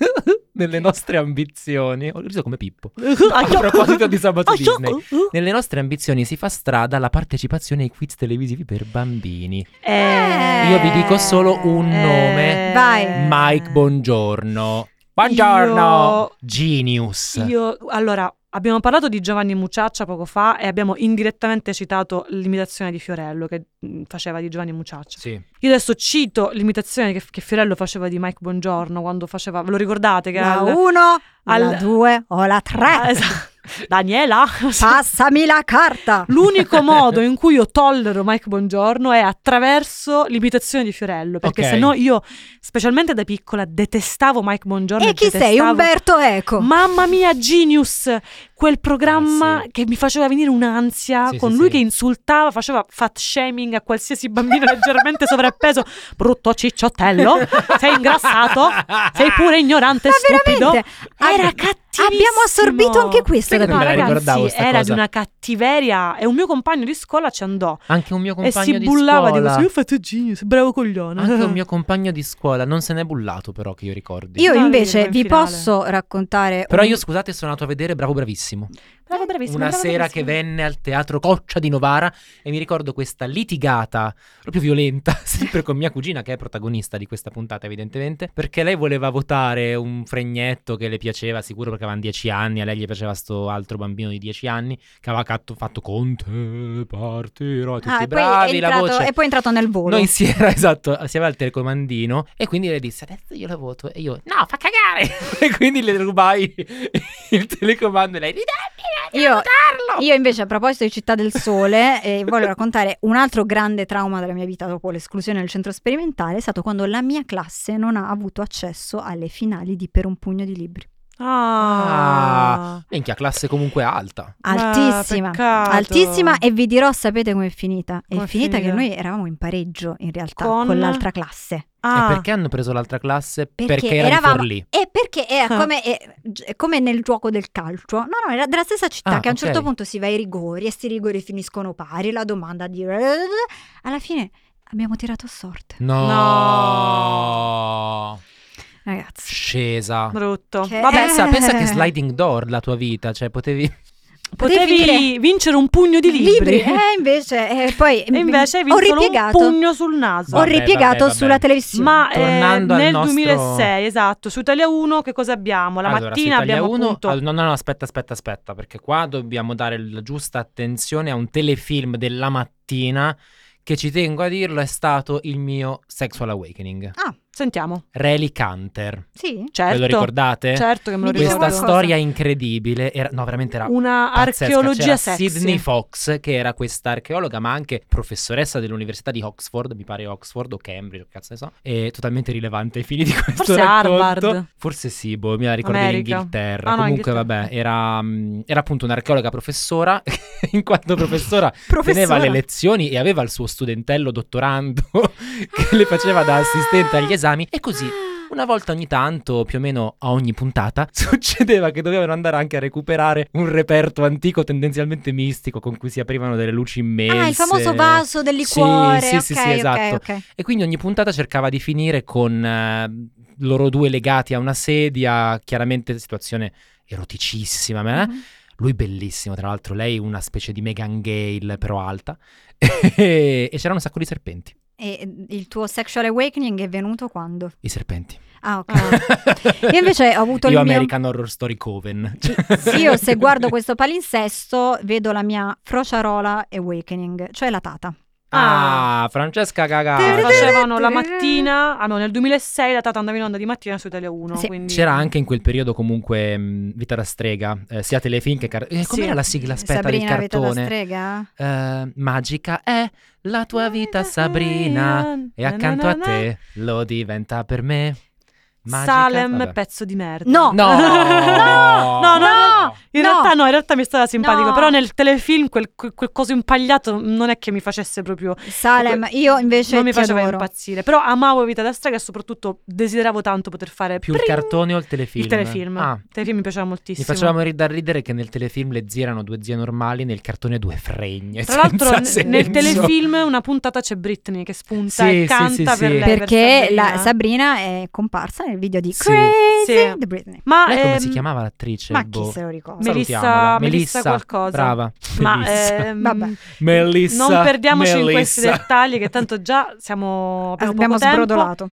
nelle nostre ambizioni. Ho riso come Pippo.
Ah,
A proposito di
(laughs)
Sabato
ah,
Disney.
ah,
Nelle nostre ambizioni si fa strada la partecipazione ai quiz televisivi per bambini.
ah.
Io vi dico solo un
Eh.
nome.
Vai.
Ehm,
Mike, buongiorno. Buongiorno.
Io-
Genius.
Io, allora, abbiamo parlato di Giovanni Mucciaccia poco fa e abbiamo indirettamente citato l'imitazione di Fiorello che mh, faceva di Giovanni Mucciaccia.
Sì.
Io adesso cito l'imitazione che, che Fiorello faceva di Mike Bongiorno quando faceva, ve lo ricordate che
La
al-
1, la
al-
2 o la 3.
Ah, (laughs) esatto. Daniela,
Ah. Passami la carta. (laughs)
l'unico modo in cui io tollero Mike Bongiorno è attraverso l'imitazione di Fiorello, perché
Ok.
sennò io, specialmente da piccola, detestavo Mike Bongiorno.
E chi sei?
detestavo-
Umberto Eco.
Mamma mia, Genius! Quel programma
Ah,
Eh, sì.
che mi faceva venire un'ansia
Sì,
con
sì,
lui
sì.
che insultava, faceva fat shaming a qualsiasi bambino leggermente
(laughs)
sovrappeso. Brutto cicciottello, sei ingrassato, sei pure ignorante e
Ma
stupido.
veramente?
Era
Ab-
cattivissimo.
Abbiamo assorbito anche questo
Sai
da
che non me la
parte.
ricordavo sta
era di
cosa.
una cattiveria e un mio compagno di scuola ci andò
Anche un mio compagno
e si
di
bullava di
scuola.
questo. Io ho fatto Genius, bravo coglione.
Anche un mio compagno di scuola. Non se n'è bullato però che io ricordi.
Io
No,
invece
vediamo in
vi
finale.
posso raccontare
Però
un-
io scusate sono andato a vedere Bravo Bravissimo.
(laughs) Bravo, bravissimo,
una
bravo,
sera
bravissimo.
che venne al teatro Coccia di Novara e mi ricordo questa litigata proprio violenta (laughs) sempre con mia cugina che è protagonista di questa puntata evidentemente perché lei voleva votare un fregnetto che le piaceva sicuro perché avevano 10 anni a lei gli piaceva sto altro bambino di 10 anni che aveva catto- fatto con te partirò e tutti
Ah, e poi è
bravi la
entrato-
voce
e poi è entrato nel volo.
noi si era (laughs) esatto si aveva il telecomandino e quindi lei disse adesso io la voto e io no fa cagare (laughs) e quindi le rubai (laughs) il telecomando e lei
Io-
ridammi io votarlo
Io invece a proposito di Città del
(laughs)
Sole eh, voglio raccontare un altro grande trauma della mia vita dopo l'esclusione del centro sperimentale è stato quando la mia classe non ha avuto accesso alle finali di Per un pugno di libri.
Ah.
Minchia, classe comunque alta.
Ma
Altissima,
peccato.
altissima e vi dirò sapete com'è finita. È
Com'è
finita che
finita?
noi eravamo in pareggio in realtà
Con?
con, l'altra classe.
Ah.
E perché hanno preso l'altra classe?
Perché
Perché, era
eravamo-
di Forlì.
E perché era
Ah.
come, è- è come nel gioco del calcio, no, no, era della stessa città
Ah,
che a un
ok.
certo punto si va ai rigori e sti rigori finiscono pari, la domanda di... Alla fine abbiamo tirato a sorte.
No.
No.
ragazzi.
Scesa.
Brutto.
Che-
Vabbè,
Pensa,
Eh.
(laughs) pensa che sliding door la tua vita, cioè potevi...
potevi
dire-
vincere un pugno di libri.
eh, invece, eh, poi
E invece hai
ho
vinto solo un
ripiegato,
pugno sul naso.
ho
Vabbè,
ripiegato
vabbè, vabbè.
sulla televisione.
Ma eh,
Tornando al
nel
nostro-
2006, esatto, su Italia 1 che cosa abbiamo? La
Allora, su
mattina
Italia
abbiamo
1
appunto...
ah, No, no, no, aspetta, aspetta, aspetta, perché qua dobbiamo dare la giusta attenzione a un telefilm della mattina che ci tengo a dirlo è stato il mio Sexual Awakening.
Ah,
Sentiamo,
Relic Hunter.
sì.
Ve lo
certo.
ricordate?
Certo che me lo
Mi dice
Questa
ricordo.
qualcosa?
storia incredibile era no, veramente era
Una
pazzesca.
archeologia
C'era
sexy.
Sidney Fox, che era questa archeologa, ma anche professoressa dell'università di Oxford, mi pare Oxford o Cambridge, o cazzo ne so, è totalmente rilevante ai fini di questo
Forse
racconto.
Harvard.
Forse sì, boh, mi la ricordo
America.
in Inghilterra.
Ah, no,
Comunque,
Inghilterra.
vabbè, era, mm, era appunto un'archeologa professora, (laughs) in
(laughs)
quanto professora teneva le lezioni e aveva il suo studentello dottorando (laughs) che le faceva da assistente agli esami e così
Ah.
una volta ogni tanto, più o meno a ogni puntata, (laughs) succedeva che dovevano andare anche a recuperare un reperto antico tendenzialmente mistico con cui si aprivano delle luci immense.
Ah, il famoso vaso del
Sì,
liquore.
sì, sì,
ok,
sì,
ok,
esatto.
ok.
E quindi ogni puntata cercava di finire con eh, loro due legati a una sedia, chiaramente situazione eroticissima, ma
Eh?
Mhm.
lui bellissimo, tra l'altro lei una specie di Megan Gale però alta (laughs) e c'erano un sacco di serpenti.
E mm, il tuo sexual awakening è venuto quando?
I serpenti.
Ah,
(laughs)
ok. Io invece ho avuto
Io
il mio-
American Horror Story Coven.
Sì, (laughs) io se guardo questo palinsesto vedo la mia frociarola awakening, cioè la tata.
(laughs) Ah, Francesca
Lo
Cagà.
facevano la mattina, ah no, nel 2006 la tata andava in onda di mattina su Italia 1.
Sì.
quindi-
C'era anche in quel periodo comunque mh, Vita da strega, eh, sia telefilm che... Car- eh, com'era
Sì.
la sigla? Aspetta,
Sabrina,
del
vita da
cartone.
strega?
Eh, magica è la tua vita Sabrina e accanto a te lo diventa per me. Magica,
Salem,
vabbè.
pezzo di
(laughs)
merda.
No!
No!
no, no, no, no. In
No!
realtà no, in realtà mi stava simpatico,
No!
però nel telefilm quel, quel- quel coso impagliato non è che mi facesse proprio...
Salem, io invece
non mi
ti
faceva
adoro.
impazzire, però amavo Vita da strega e soprattutto desideravo tanto poter fare
Più il
pring!
cartone o il telefilm?
Il telefilm.
Ah.
Il telefilm mi piaceva
Mi
moltissimo.
faceva morire da ridere che nel telefilm le zie erano due zie normali, nel cartone due fregne.
Tra l'altro,
senza
n- nel
senso.
telefilm una puntata c'è Britney che spunta e
Sì, sì,
canta
sì,
per
sì.
lei. per
Perché la
Sabrina.
Sabrina è comparsa nel video di
Sì.
Crazy
Sì.
di Britney.
Ma,
Lei come si
ehm,
chiamava l'attrice?
Ma
Boh.
chi se lo ricorda?
Melissa-
Salutiamola.
Melissa qualcosa.
Brava.
Ma
Melissa.
ehm,
Vabbè.
Melissa.
non perdiamoci in questi
Melissa.
dettagli che tanto già siamo abbiamo,
Eh, Abbiamo
poco tempo.
sbrodolato.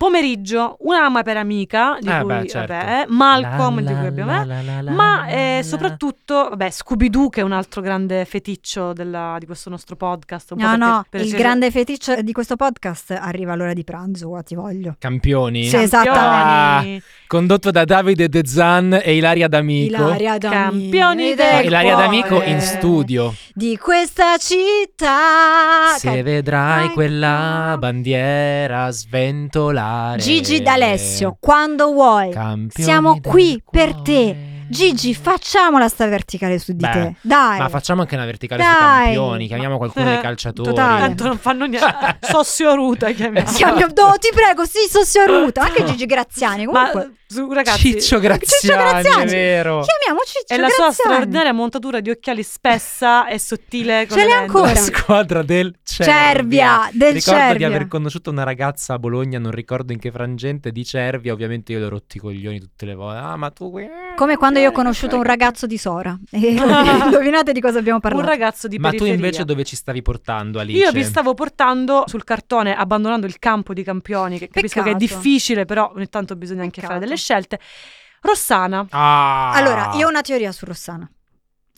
Pomeriggio, un'ama per amica di
Eh,
cui
beh, certo.
vabbè, Malcolm
La,
di cui
la,
abbiamo
la,
eh.
la, la, la,
Ma
la,
eh,
la.
soprattutto, vabbè, Scooby-Doo che è un altro grande feticcio della- di questo nostro podcast. un po'
No,
perché-
no,
per
il
essere-
grande feticcio di questo podcast arriva all'ora di pranzo, qua ti voglio.
Campioni.
Sì, esatto.
Ah,
Campioni.
condotto da Davide De Zan e Ilaria D'Amico.
Ilaria D'Amico. ecco
Campioni del
No, Ilaria
cuore.
D'Amico in studio.
Di questa
Ah,
città.
Se vedrai
Ecco.
quella bandiera sventolare.
Gigi D'Alessio, quando vuoi.
Campioni
Siamo
del
qui per te.
cuore.
Gigi, facciamola sta verticale su di
Beh,
te. Dai.
Ma facciamo anche una verticale sui
Dai.
campioni. Chiamiamo qualcuno dei
Eh,
calciatori.
totale.
Tanto non fanno
(laughs)
niente. Sossio Ruta chiamiamo.
Siamo- no, ti prego, sì, sossiorruta. Anche Gigi Graziani,
Ma
comunque.
su, ragazzi,
Ciccio Graziani,
Ciccio Graziani.
è vero.
Chiamiamo Ciccio
è la sua
Graziani.
straordinaria montatura di occhiali spessa e sottile. con
Ce
le
l'hai
lenti.
ancora?
La squadra del Cervia.
Cervia, del
ricordo di
Cervia.
aver conosciuto una ragazza a Bologna, non ricordo in che frangente, di Cervia. Ovviamente io le ho rotti i coglioni tutte le volte. Ah, ma tu.
Come quando io ho conosciuto un ragazzo di (laughs) Sora. E Indovinate di cosa abbiamo
Un
parlato.
ragazzo di
Ma tu
periferia.
invece dove ci stavi portando Alice?
Io vi stavo portando sul cartone, abbandonando il campo di campioni, che capisco che è
Peccato.
difficile, però ogni tanto bisogna anche
Peccato.
fare delle scelte.
(laughs)
Rossana,
Ah.
Allora, io ho una teoria su Rossana.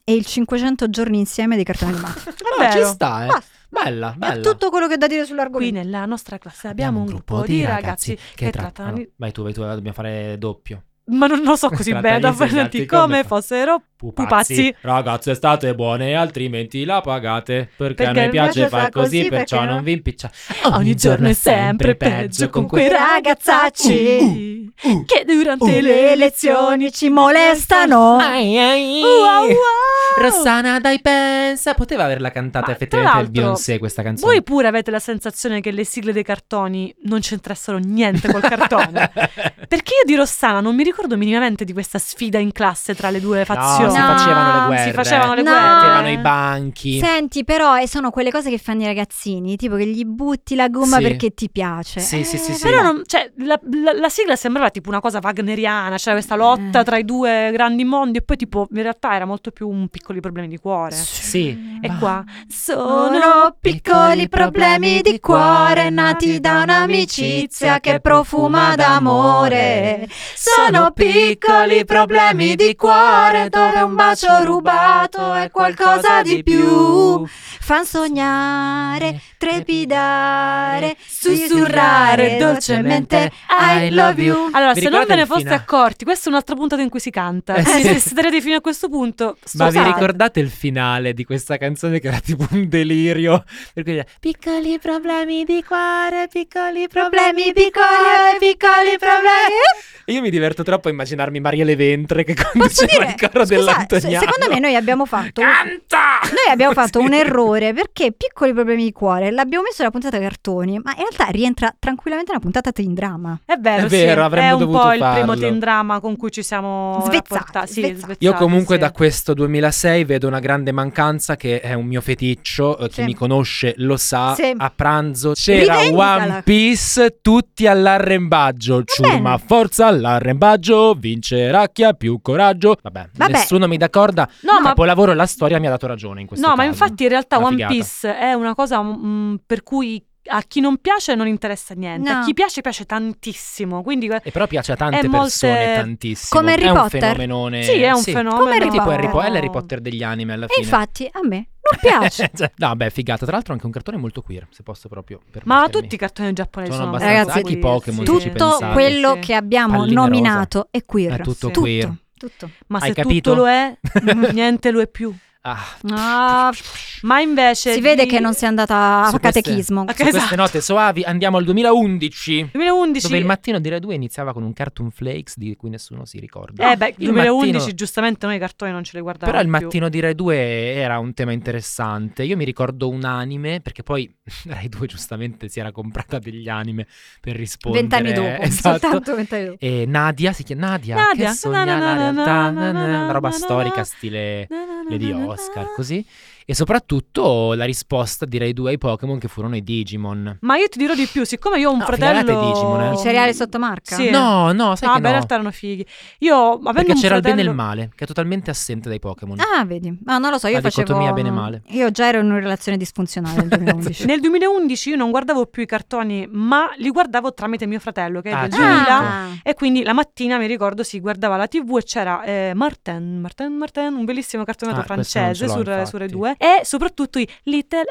E il 500 giorni insieme dei cartoni animati.
No,
è
ci
vero.
sta, eh.
Basta.
Bella,
È
bella.
tutto quello che ho da dire
qui
sull'argomento.
nella nostra classe abbiamo, un gruppo di ragazzi che trattano...
ah, no. Vai tu, vai tu, dobbiamo fare doppio.
Ma non
(laughs)
lo so così bene da
Trattano gli
farti
insegnanti
come
come-
fossero pupazzi.
Ragazze, state buone, altrimenti la pagate. Perché,
Perché
a noi
mi
piace
piace
far
far
così,
così,
perciò
perché-
non vi impicciate.
Ogni giorno è sempre peggio con quei ragazzacci che durante
Uh.
le lezioni
ci molestano.
Ai, ai.
Wow, wow.
Rossana, dai, pensa. Poteva averla cantata
Ma, tra
effettivamente
l'altro,
Beyoncé questa canzone.
Voi pure avete la sensazione che
(laughs)
le sigle dei cartoni non c'entrassero niente col cartone. Perché io di Rossana non mi ricordo minimamente di questa sfida in classe tra le due
No,
fazioni.
si
No,
facevano le
si
guerre.
facevano le
si
No. guerre.
mettevano i banchi.
Senti, però eh, sono quelle cose che fanno i ragazzini, tipo che gli butti la gomma
Sì.
perché ti piace.
Sì, sì, sì, sì.
Però non- cioè, la, la- la sigla sembrava tipo una cosa wagneriana, cioè questa lotta
Eh.
tra i due grandi mondi e poi tipo in realtà era molto più un piccoli problemi di cuore.
Sì.
E
Ma-
qua sono
Sono piccoli problemi di cuore nati da un'amicizia che profuma d'amore. Sono piccoli problemi di cuore dove un bacio rubato è qualcosa di più. Fan sognare, trepidare, sussurrare dolcemente I love you.
Allora,
Vi
se non
ricordate
ve ne
il
foste
finale?
accorti, questa è un'altra puntata in cui si canta.
Eh, sì.
(laughs) Se starete fino a questo punto,
Ma vi
scusate.
ricordate il finale di questa canzone che era tipo un delirio? Per cui era, piccoli problemi di cuore, piccoli problemi
Problemi
di cuore,
piccoli,
piccoli
piccoli
problemi.
problemi.
Io mi diverto troppo a immaginare Mariele Ventre che
Posso
conduceva
dire,
il coro
scusa,
dell'Antoniano.
se- secondo me noi abbiamo fatto un-
Canta!
Noi abbiamo fatto (laughs)
Sì.
un errore perché piccoli problemi di cuore l'abbiamo messo nella puntata cartoni, ma in realtà rientra tranquillamente nella puntata teen drama.
È vero,
È vero,
sì.
avremmo
è un
dovuto
po' il
farlo.
primo teen drama con cui ci siamo
Svezzati,
rapportati. Sì,
svezzati.
svezzati,
Io comunque
sì.
da questo 2006 vedo una grande mancanza che è un mio feticcio, eh, chi
Sì.
mi conosce lo sa,
Sì.
a pranzo c'era
Rivendicala.
One Piece tutti all'arrembaggio, ciuma
bene.
forza all'arrembaggio, vincerà chi ha più coraggio, vabbè,
Vabbè.
nessuno mi dà corda,
No, ma
capolavoro la storia mi ha dato ragione in questo
No, ma
caso.
infatti in realtà
Una
One
figata.
Piece è una cosa mm, per cui a chi non piace non interessa niente, a
No.
chi piace piace tantissimo, quindi
E però piace a tante
è eh, molte-
persone tantissimo,
Come Harry
è un
Potter?
fenomenone.
sì, è un
eh, sì.
fenomeno.
Come Harry
Tipo Harry
Potter.
Po- è l'Harry Potter degli anime alla
E
fine.
infatti a me non piace.
(laughs) Cioè, no, beh, figata. Tra l'altro, anche un cartone molto queer. Se posso proprio.
Ma
permettermi.
tutti i cartoni giapponesi
Sono
sono,
abbastanza-
abbastanza
anche
i Pokémon,
queer,
se ci
tutto
pensate.
quello
Sì.
che abbiamo
Pallina
nominato è queer.
È tutto
Sì.
queer.
Tutto.
Ma
Hai
se
capito?
tutto lo è,
(laughs)
niente lo è più.
Ah,
Ah, ma invece
Si vede
Cioè, di-
che non sei andata
Su
a
queste-
catechismo.
su queste
Esatto.
note soavi andiamo al 2011.
2011
Dove il mattino di Rai 2 iniziava con un cartoon flakes di cui nessuno si ricorda.
Eh beh,
Il
2011
mattino-
giustamente noi i cartoni non ce li guardavamo
Però il
più.
mattino di Rai 2 era un tema interessante. Io mi ricordo un anime, perché poi (laughs) Rai 2 giustamente si era comprata degli anime per rispondere.
Vent'anni dopo,
(laughs) Esatto.
soltanto vent'anni dopo.
E Nadia si chiama Nadia,
Nadia.
che sogna
Na, na,
la
na,
realtà,
na,
na, na,
na,
una roba
na, na,
storica
na.
stile
Na, na, na,
Lady
na, na,
Oscar,
na.
così. E soprattutto la risposta direi due ai Pokémon che furono i Digimon.
Ma io ti dirò di più, siccome io ho un
No,
fratello
finalmente Digimon, eh.
I cereali sotto marca?
Sì.
No, no, sai
Ah,
che
beh,
no.
in realtà erano fighi. Io avendo
Perché
un
c'era il
fratello...
bene e il male, che è totalmente assente dai Pokémon.
Ah, vedi. No, non lo so, io
La
facevo
dicotomia bene e male.
Io già ero in una relazione disfunzionale
(laughs)
nel 2011.
Nel 2011 io non guardavo più i cartoni, ma li guardavo tramite mio fratello che è
Ah,
del
certo.
2000.
Ah.
E quindi la mattina mi ricordo si guardava la TV e c'era eh, Martin, Martin, Martin, un bellissimo cartonato
Ah, questo non ce
francese
l'ho,
su,
infatti.
su Rai 2 e soprattutto i Little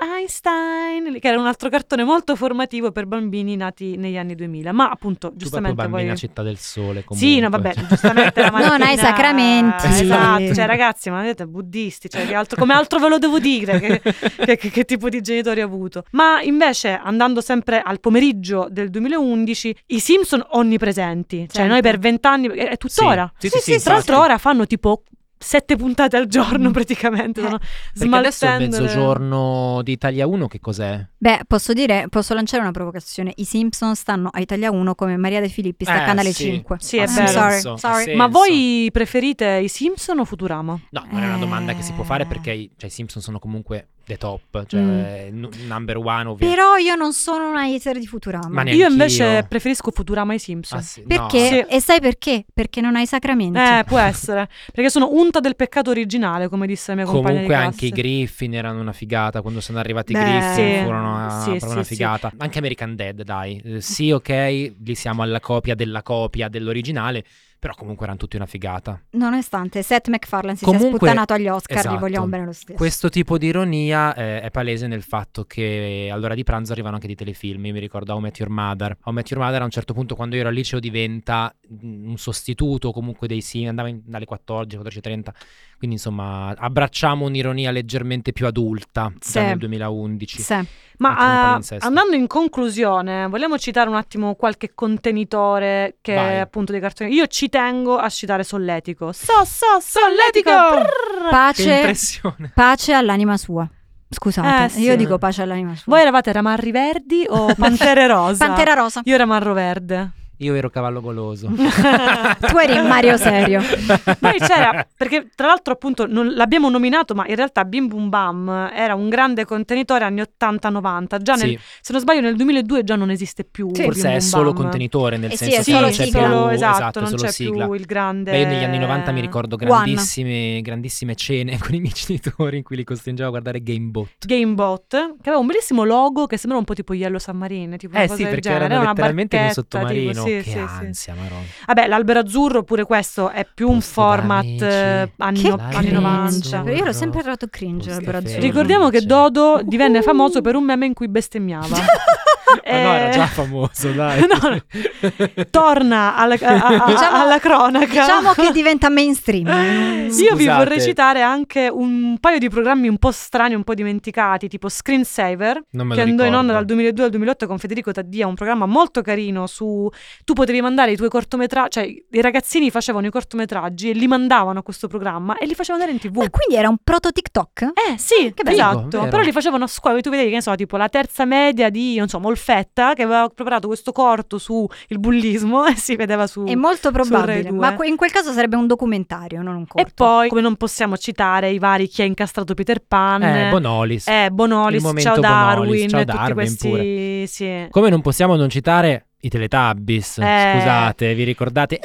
Einstein, che era un altro cartone molto formativo per bambini nati negli anni 2000, ma appunto
Tu proprio
giustamente
bambina
voi
città del sole comunque.
Sì, no, vabbè,
(laughs)
giustamente la
Non hai
mattina
sacramenti.
Esatto,
Sì.
cioè ragazzi, ma vedete, buddisti, cioè, che altro- come altro ve lo devo dire? Che, che- che- che tipo di genitori ho avuto? Ma invece, andando sempre al pomeriggio del 2011, i Simpson onnipresenti. Cioè
Sempre.
noi per vent'anni, è, è
Sì.
tuttora.
Sì, sì, sì,
Sì, sì,
Tra
infatti.
l'altro ora fanno tipo sette puntate al giorno
Mm.
praticamente.
Eh.
Sono
Perché adesso il
smaltendo le-
mezzogiorno di Italia 1 che cos'è?
Beh, posso dire, posso lanciare una provocazione. I Simpson stanno a Italia 1 come Maria De Filippi sta
Eh,
a Canale
sì.
5.
Sì, è
I'm
vero.
sorry, sorry.
Sì.
Ma
Penso.
voi preferite i Simpson o Futurama?
No, non è una domanda che si può fare
Eh.
perché i- cioè, i Simpson sono comunque the top,
Mm.
cioè nu- number one ovviamente.
Però io non sono una hater di Futurama.
Ma neanche
Io invece
io.
preferisco Futurama ai Simpson.
Ah, sì, no,
Perché? E sai perché? Perché non hai sacramenti.
Eh, può essere. Perché sono unta del peccato originale, come disse la mia compagna
Comunque
di
anche i
classe.
Griffin erano una figata quando sono arrivati i
Beh,
Griffin
sì.
furono una,
Sì,
proprio
sì,
una
sì.
figata. Anche American Dead, dai. Eh, sì, ok, lì siamo alla copia della copia dell'originale, però comunque erano tutti una figata.
Nonostante Seth MacFarlane si sia
Comunque-
sputtanato agli Oscar,
esatto.
li vogliamo bene lo stesso.
Questo tipo di ironia eh, è palese nel fatto che all'ora di pranzo arrivano anche dei telefilm. Io mi ricordo How I Met Your Mother. How I Met Your Mother a un certo punto quando io ero al liceo diventa mm, un sostituto comunque dei sim, andava in- dalle 14, 14.30. Quindi insomma abbracciamo un'ironia leggermente più adulta
Sì.
già nel 2011.
Sì.
Ma
Anche un
ah,
palinsesto.
andando in conclusione, vogliamo citare un attimo qualche contenitore che
Vai.
è appunto dei cartoni. Io ci tengo a citare Solletico. So, so, Solletico! Prrr!
Che
Pace,
impressione.
pace all'anima sua. Scusate,
Eh, sì.
io dico pace all'anima sua.
(laughs)
Voi eravate Ramarri Verdi o Pantere Rosa?
Pantera Rosa.
Io era Marro Verde.
Io ero cavallo goloso.
(laughs)
Tu eri Mario
(laughs)
Serio.
Poi c'era, perché tra l'altro appunto non l'abbiamo nominato, ma in realtà Bim Bum Bam era un grande contenitore anni 80-90, già nel,
Sì,
se non sbaglio nel 2002 già non esiste più.
Sì.
Bim
forse
Bum
è solo
Bam.
contenitore, nel
Eh sì,
senso
è
che
Sì,
non
solo
c'è
sigla.
più
solo, esatto, non
solo
c'è
sigla.
più il grande...
Beh, io negli anni 90 mi ricordo
One.
grandissime, grandissime cene (laughs) con i miei genitori in cui li costringevo a guardare Gamebot.
Gamebot, che aveva un bellissimo logo che sembrava un po' tipo Yellow Submarine, tipo una
Eh
cosa
sì,
del
perché
genere.
erano
era una
letteralmente in un
barchetta,
sottomarino.
tipo,
che
sì, sì, sì.
ansia, marò.
Vabbero, l'albero azzurro pure questo è più un
Posto
format
d'amici.
eh, (laughs) anni,
Che
no-
L'albero
anni 90.
azzurro.
Io ero sempre errato cringe
Posta
l'albero
ferma.
azzurro.
Ricordiamo che
Cioè.
Dodo
Uhu.
divenne famoso per un meme in cui
(laughs)
bestemmiava.
Ma Ah, no, era
Eh,
già
(laughs)
famoso, dai.
No, no. Torna alla, a-
(laughs)
a- a-
Diciamo-
alla cronaca.
(laughs) Diciamo che diventa
(laughs)
mainstream.
Io vi
Scusate.
vorrei citare anche un paio di programmi un po' strani, un po' dimenticati, tipo Screensaver,
Non me
che
lo
andò in onda dal
ricordo.
2002 al 2008 con Federico Taddia, un programma molto carino su... Tu potevi mandare i tuoi cortometraggi, cioè i ragazzini facevano i cortometraggi e li mandavano a questo programma e li facevano andare in tv.
Ma quindi era un proto TikTok?
Eh sì,
Ah, Che bello.
esatto,
Ecco, Vero.
però li facevano a scuola, tu vedevi che ne so, tipo la terza media di, non so, Molfetta che aveva preparato questo corto su il bullismo (laughs) e si vedeva su...
È molto
Rai
probabile,
due.
ma que- in quel caso sarebbe un documentario, non un corto.
E
(laughs)
poi, come non possiamo citare i vari chi ha incastrato Peter Pan,
Eh, Bonolis.
eh, Bonolis,
Il momento
ciao Darwin,
Bonolis, ciao
tutti
Darwin
questi...
pure.
Sì.
Come non possiamo non citare i Teletubbies.
Eh.
Scusate, vi ricordate?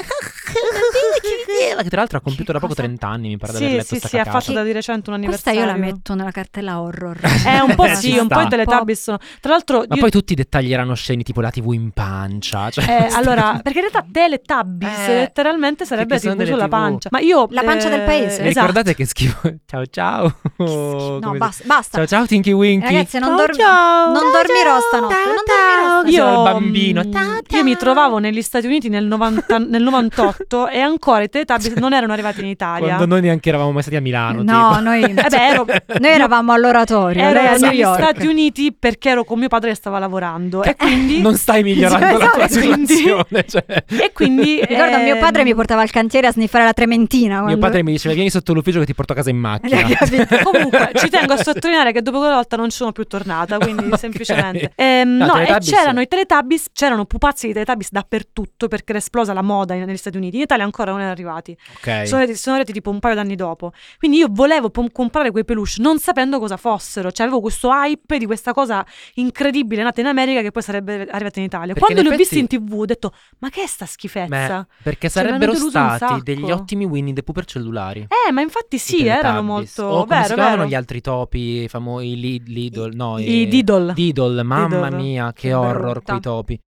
Eh, che tra l'altro ha compiuto da poco
cosa?
30 anni, mi pare di
Sì,
aver letto
sì,
sta
sì, ha
cacata.
fatto da di recente un
Questa
anniversario.
io la metto nella cartella
(laughs)
horror.
Eh, un po'
Ci
sì, un
sta.
po' i Teletubbies sono... Tra l'altro...
Ma
io-
poi tutti i dettagli erano sceni, tipo la TV in pancia. Cioè,
(laughs)
(laughs)
eh, allora, perché in realtà Teletubbies
Eh,
letteralmente sarebbe la
perché sono
TV
delle
sulla
TV.
pancia. Ma io...
La pancia del paese.
Vi
Esatto.
ricordate che schifo? (laughs) Ciao ciao. (laughs)
No,
Come-
basta, basta. Eh,
Ciao ciao Tinky Winky.
Ragazzi, non,
Ciao,
dormi-
ciao.
non
Ciao,
dormirò
ciao.
stanotte.
Ciao,
non dormirò
Io,
Sono il bambino.
mm,
Ta,
io mi trovavo negli Stati Uniti nel, 90 nel 98 e ancora i Teletubbies non erano arrivati in Italia.
Quando noi neanche eravamo mai stati a Milano.
No,
tipo. (laughs)
noi,
Eh beh, ero,
noi eravati all'oratorio,
ero
lei a New
negli
York.
Stati Uniti perché ero con mio padre che stava lavorando e quindi...
eh, Non stai migliorando la tua
Esatto, quindi-
situazione.
(laughs)
cioè.
E quindi...
(laughs) Ricordo mio padre mi
ehm,
portava al cantiere a sniffare la trementina.
eh, Mio
quando- (laughs)
padre mi diceva vieni sotto l'ufficio che ti porto a casa in macchina. (laughs)
Comunque,
(laughs)
ci tengo a sottolineare che dopo quella volta non ci sono più tornata, quindi
(laughs) Ok.
semplicemente. Ehm,
No,
no, e
Teletubbies-
c'erano i Teletubbies, c'erano pupazzi di Teletubbies dappertutto perché era esplosa la moda in- negli Stati Uniti. In Italia ancora non erano arrivati. (laughs)
Ok.
Sono, arrivati- sono arrivati tipo un paio d'anni dopo. Quindi io volevo pom- comprare quei peluche non sapendo cosa fossero. Cioè, avevo questo hype di questa cosa incredibile nata in America che poi sarebbe arrivata in Italia.
Perché
Quando
in
li ho visti in
effetti-
tv ho detto, ma che è sta schifezza?
Beh, perché
Cioè, mi hanno
sarebbero
deluso un sacco.
stati degli ottimi Winnie the Pooh per cellulari.
Eh, ma infatti
I
sì, erano
Teletubbies.
molto...
O come si
vero,
chiamavano
vero.
gli altri topi famosi? I Lid- Lidl, no,
I
eh,
Diddle.
Diddle, mamma
Diddle.
mia, che
Che
horror
brutta.
quei topi.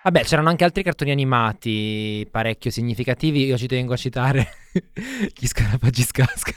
Vabbè, c'erano anche altri cartoni animati parecchio significativi. Io ci tengo a citare (laughs) gli
(laughs)
scarafaggi scasca.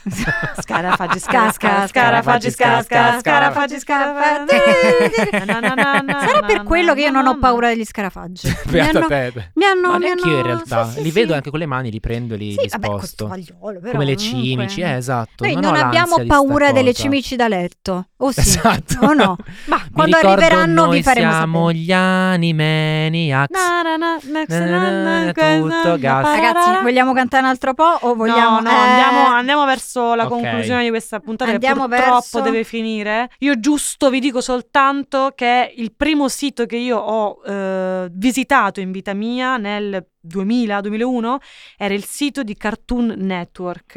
Scarafaggi,
Scasca,
(laughs)
scasca, scarafaggi, scasca, scarafaggi, scarafaggi. (laughs)
(laughs)
Na, na, na, na,
Sarà per
na,
quello
na,
che io
na,
non
na,
ho
na.
paura degli
(laughs)
scarafaggi. mi
Beata
hanno,
te.
mi hanno,
Ma
mi
neanche io in
hanno-
realtà.
sì, sì,
li
sì.
vedo anche con le mani, li prendo e li, li
Sì, vabbè,
sposto.
costavagliolo, però,
Come le
comunque.
cimici, eh, esatto.
Noi
non,
non
ho l'ansia
abbiamo
di sta
paura delle
cosa.
cimici da letto. O sì,
Esatto.
o
(laughs)
no. Ma
Mi
quando
ricordo
arriveranno
noi
vi faremo
siamo
sapere.
gli Animaniacs.
Na, na, na, na,
Na, na, na,
na, na,
tutto
na, na, na,
gas.
na.
Ragazzi, vogliamo cantare un altro po' o vogliamo...
No, no,
eh,
andiamo, andiamo verso la
Ok.
conclusione di questa puntata
Andiamo
che purtroppo
verso-
deve finire. Io giusto vi dico soltanto che il primo sito che io ho eh, visitato in vita mia nel 2000-2001 era il sito di Cartoon Network,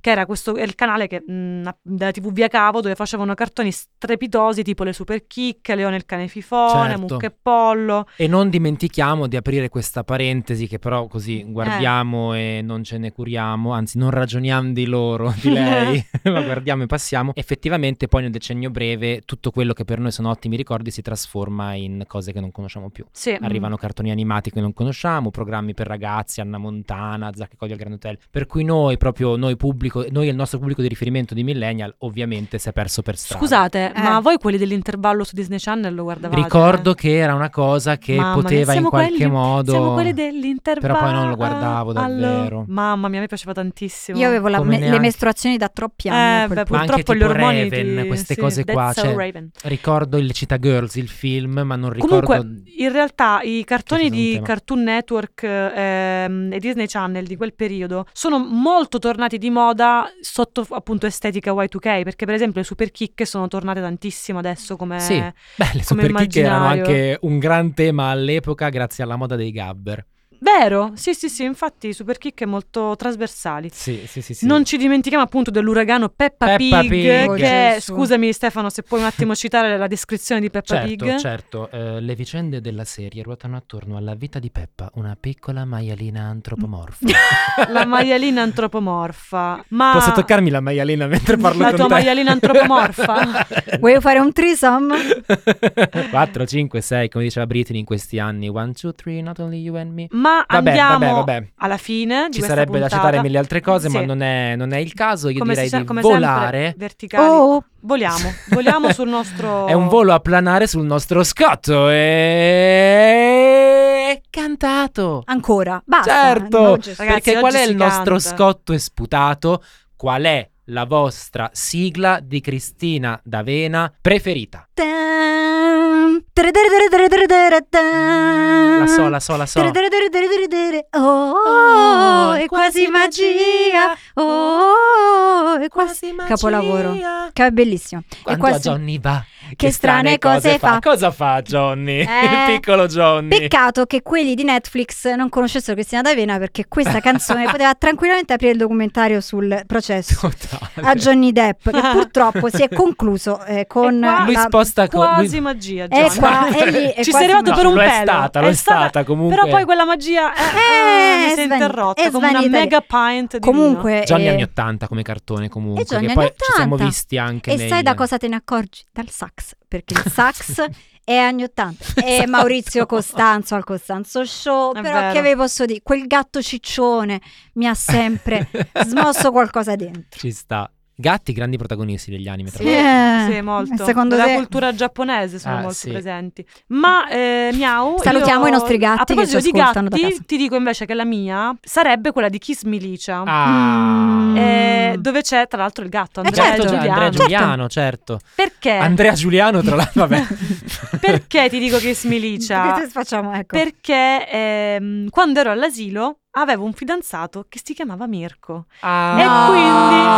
che era questo è il canale che, mh, della TV via cavo dove facevano cartoni strepitosi tipo le Super Kick, Leone il cane fifone,
Certo.
Mucca e Pollo.
E non dimentichiamo di aprire questa parentesi che però
Eh.
così guardiamo e non ce ne curiamo, anzi non ragioniamo di loro, di
(laughs)
lei, (laughs) ma guardiamo e passiamo. Effettivamente poi nel decennio breve tutto quello che per noi sono ottimi ricordi si trasforma in cose che non conosciamo più.
Sì. mm.
Arrivano cartoni animati che non conosciamo, programmi per ragazzi, Anna Montana, Zack e Cody al Grand Hotel. Per cui noi, proprio noi pubblico, noi e il nostro pubblico di riferimento di Millennial, ovviamente si è perso per strada.
Scusate,
Eh.
ma voi quelli dell'intervallo su Disney Channel lo guardavate?
Ricordo che era una cosa che
Mamma mia,
poteva in
siamo
qualche
quelli-
modo.
Siamo quelli dell'intervallo.
Però poi non lo guardavo
Allo-
davvero.
Mamma mia, mi piaceva tantissimo.
Io avevo la
Come
me- le
neanche-
mestruazioni da troppi anni. a
eh,
quel
beh,
punto.
anche
purtroppo gli
tipo
ormoni ti-
Raven, queste
sì,
cose qua,
That's so
cioè,
Raven.
Ricordo il Cita Girls, il film, ma non ricordo...
Comunque, in realtà i cartoni
Che ci sono un
di
tema.
Cartoon Network ehm, e Disney Channel di quel periodo sono molto tornati di moda sotto appunto estetica Y2K, perché per esempio le super chicche sono tornate tantissimo adesso come...
Sì. Beh, le
come
super kick erano
immaginario.
anche un gran tema all'epoca grazie alla moda dei gabber.
Vero, sì sì sì, infatti super chicche molto trasversali.
Sì, sì, sì. sì.
Non ci dimentichiamo appunto dell'uragano Peppa,
Peppa
Pig,
Pig.
che
Oh, Gesù.
scusami Stefano se puoi un
(laughs)
attimo citare la descrizione di Peppa
Certo,
Pig.
certo. Eh, le vicende della serie ruotano attorno alla vita di Peppa, una piccola maialina
(laughs)
antropomorfa.
Ah. La maialina antropomorfa. Ma
Posso toccarmi la maialina mentre parlo
La
con
tua
te?
maialina
(laughs)
antropomorfa?
Vuoi fare un threesome?
4, 5, 6, come diceva Britney in questi anni. 1, 2, 3, not only you and me.
Ma
Vabbè,
andiamo
vabbè, vabbè.
alla fine di
Ci
questa
sarebbe da
puntata.
citare mille altre cose, ma
Sì.
non è, non è il caso. Io
come
direi
si sa-
di
come
volare.
sempre, verticali.
Oh,
Voliamo, voliamo
(laughs)
sul nostro
È un volo a planare sul nostro scotto e cantato.
ancora. Basta.
Certo.
no, Gesù.
Ragazzi,
Perché qual
oggi
è
si
il nostro
canta.
scotto e sputato? Qual è la vostra sigla di Cristina D'Avena preferita?
Tan, tere tere tere tere tere tere tan.
La so, la so, la so.
Tere tere tere tere tere tere. Oh, oh, oh, è quasi magia. Oh, oh, oh, è quasi. Capolavoro. Che è bellissimo.
Quanto
quasi-
a Johnny va. Che,
strane cose fa.
Cosa fa Johnny? (laughs) il
Eh,
piccolo Johnny.
Peccato che quelli di Netflix non conoscessero Cristina D'Avena perché questa
(laughs)
canzone poteva tranquillamente aprire il documentario sul processo
Totale.
a Johnny Depp
(laughs)
che purtroppo si è concluso eh, con
E qua-
Lui
la-
sposta co- lui-
quasi magia,
è
Gianna.
qua, è
(laughs)
lì, è quasi
Ci sei arrivato
magia.
per un
lo è
pelo.
stata, lo è stata, comunque.
Però poi quella magia eh, eh,
Eh,
mi
è
si è
svanita,
interrotta
è
come una
svanita.
mega pint di vino.
comunque
Johnny
eh,
anni 80 come cartone comunque.
Eh,
e Johnny
che
anni
poi ci siamo
80.
visti anche
e
nei-
sai da cosa te ne accorgi? Dal sax, perché
(laughs)
il sax è anni 80 e
Esatto.
Maurizio Costanzo al Costanzo Show,
È
però
vero.
che vi posso dire? Quel gatto ciccione mi ha
(laughs)
sempre smosso qualcosa dentro.
Ci sta. Gatti, grandi protagonisti degli anime. Tra
Sì,
l'altro.
Eh,
sì, molto.
secondo
Della
te-
cultura giapponese sono
Ah,
molto
sì.
presenti. Ma eh, Miau,
Salutiamo
io-
i nostri gatti
A
che
proposito
ci
di
ascoltano da
gatti,
casa.
ti dico invece che la mia sarebbe quella di Kiss Milicia.
Ah.
Mm.
Eh, dove c'è tra l'altro il gatto Andrea
certo,
già,
Giuliano.
Andrea Giuliano, certo.
Perché?
Andrea Giuliano, tra l'altro, vabbè.
(laughs) Perché ti dico
(laughs)
che smilicia?
(laughs) Che facciamo? Ecco.
Perché ehm, quando ero all'asilo avevo un fidanzato che si chiamava Mirko.
Ah.
E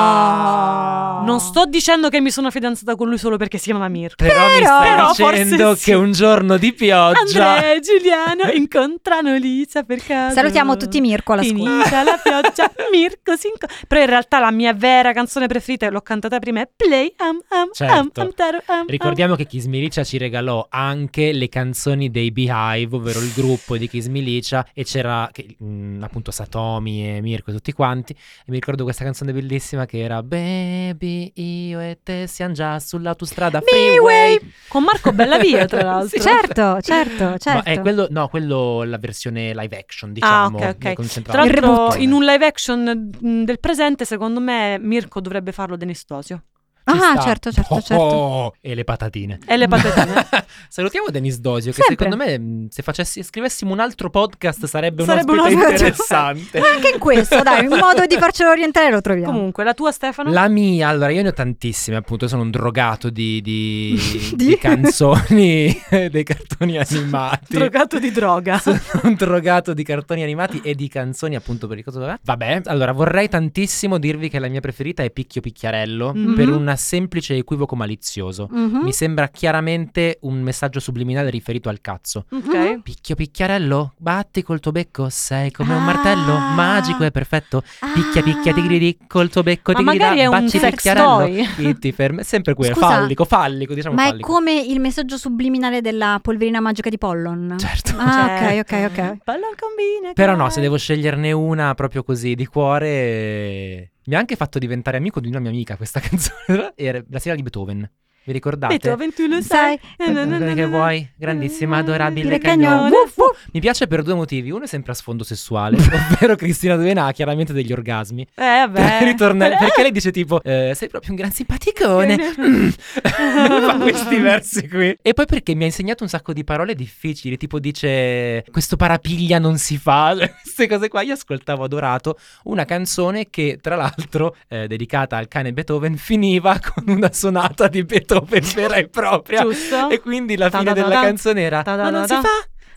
quindi-
Non sto dicendo che mi sono fidanzata con lui solo perché si chiama Mirko.
Però, mi
Però
stai
forse
dicendo
sì.
che un giorno di pioggia...
Andrea e Giuliano incontrano Licia per caso.
Salutiamo tutti Mirko alla scuola.
Finita la pioggia, Mirko si inco- Però in realtà la mia vera canzone preferita, l'ho cantata prima, è Play Am Am Am
Certo.
Am Taro Am Am.
Ricordiamo che Kiss Milicia ci regalò anche le canzoni dei Beehive, ovvero il gruppo di Kiss Milicia, e c'era che, mm, appunto Satomi e Mirko e tutti quanti. E mi ricordo questa canzone bellissima che era Baby, io e te siamo già sull'autostrada (laughs) freeway.
Con Marco Bellavia, tra
(laughs) Sì.
l'altro.
Certo, certo,
Ma
certo.
è quello, no, quello la versione live action, diciamo.
ah, ok, ok.
è concentrata
Tra
Il
l'altro,
versione.
in un live action mh, del presente, secondo me, Mirko dovrebbe farlo Denis Dosio.
Ci
Ah,
sta.
certo, certo,
Oh,
certo.
oh, (laughs) e le patatine.
E
(laughs)
le patatine.
(laughs) Salutiamo Denis Dosio, che
Sempre.
secondo me mh, se facessi, scrivessimo un altro podcast sarebbe,
Sarebbe
un
un
ospite
ospite.
(laughs)
interessante.
Ma anche in questo, dai, un modo di farcelo orientare lo troviamo.
Comunque, la tua, Stefano?
La mia, allora io ne ho tantissime, appunto, sono un drogato di, di-
Di?
di canzoni, (laughs) dei cartoni animati.
Drogato di droga.
Sono un drogato di cartoni animati e di canzoni, appunto, per il coso. Vabbè. Vabbè, allora vorrei tantissimo dirvi che la mia preferita è Picchio Picchiarello
Mhm.
per un semplice equivoco malizioso.
Mhm.
Mi sembra chiaramente un messaggio subliminale riferito al cazzo.
Mhm.
Ok.
Picchio picchiarello, batti col tuo becco, sei come un
Ah.
martello, magico e perfetto. Picchia picchia tigridi col tuo becco,
Ma
tigridà,
magari è un
baci
sex
picchiarello.
toy.
Chi ti ferma? Sempre quello,
Scusa,
fallico, fallico, diciamo
Ma è
fallico.
come il messaggio subliminale della polverina magica di Pollon.
Cioè,
Certo.
Ah,
Cioè,
Certo.
ok, ok,
eh,
ok.
Pallon combina.
Però
cara.
no, se devo sceglierne una proprio così di cuore... (laughs) eh, Mi ha anche fatto diventare amico di una mia amica questa canzone. era la sera di Beethoven. Vi
E tu,
ricordate?
Ventulo, sai.
Sai,
eh,
na, na, na, na,
Che vuoi? Grandissima, adorabile
dire
cagnolo.
cagnolo. Wuff, wuff.
Mi piace per due motivi. Uno è sempre a sfondo sessuale, (laughs) ovvero Cristina Duena ha chiaramente degli orgasmi.
(laughs)
Eh, vabbè. (laughs)
Ritornello- perché (laughs) lei dice tipo eh, sei proprio un gran simpaticone Mm.
(laughs)
(laughs) fa questi versi qui e poi perché mi ha insegnato un sacco di parole difficili tipo dice questo parapiglia non si fa (laughs) queste cose qua io ascoltavo adorato una canzone che tra l'altro eh, dedicata al cane Beethoven finiva con una sonata di Beethoven vera e propria
Giusto?
e quindi la fine
Ta-da-da-da.
della canzone era ma
Ta-da-da-da.
non si fa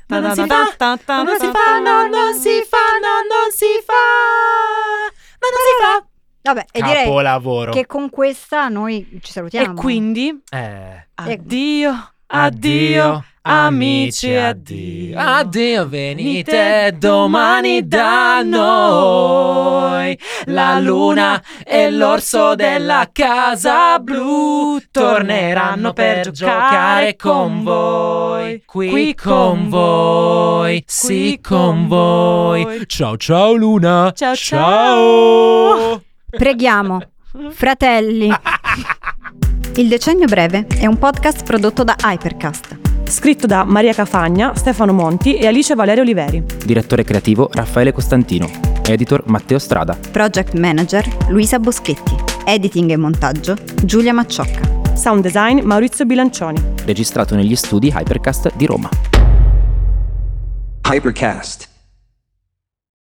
ma non si fa
Ta-da-da-da-da-da-da.
ma non si fa no non si fa no non si fa ma non si fa
Vabbè, e direi
capolavoro.
che con questa noi ci salutiamo.
E quindi,
Eh,
addio, addio. Amici, addio.
Addio, venite domani da noi. La luna e l'orso della casa blu torneranno per giocare con voi. Qui con voi, sì con voi. Ciao ciao luna.
Ciao,
ciao. (laughs)
(laughs)
Preghiamo, fratelli. Il decennio breve è un podcast prodotto da Hypercast.
Scritto da Maria Cafagna, Stefano Monti e Alice Valerio Oliveri.
Direttore creativo Raffaele Costantino. Editor Matteo Strada.
Project manager Luisa Boschetti. Editing e montaggio Giulia Macciocca.
Sound design Maurizio Bilancioni.
Registrato negli studi Hypercast di Roma.
Hypercast.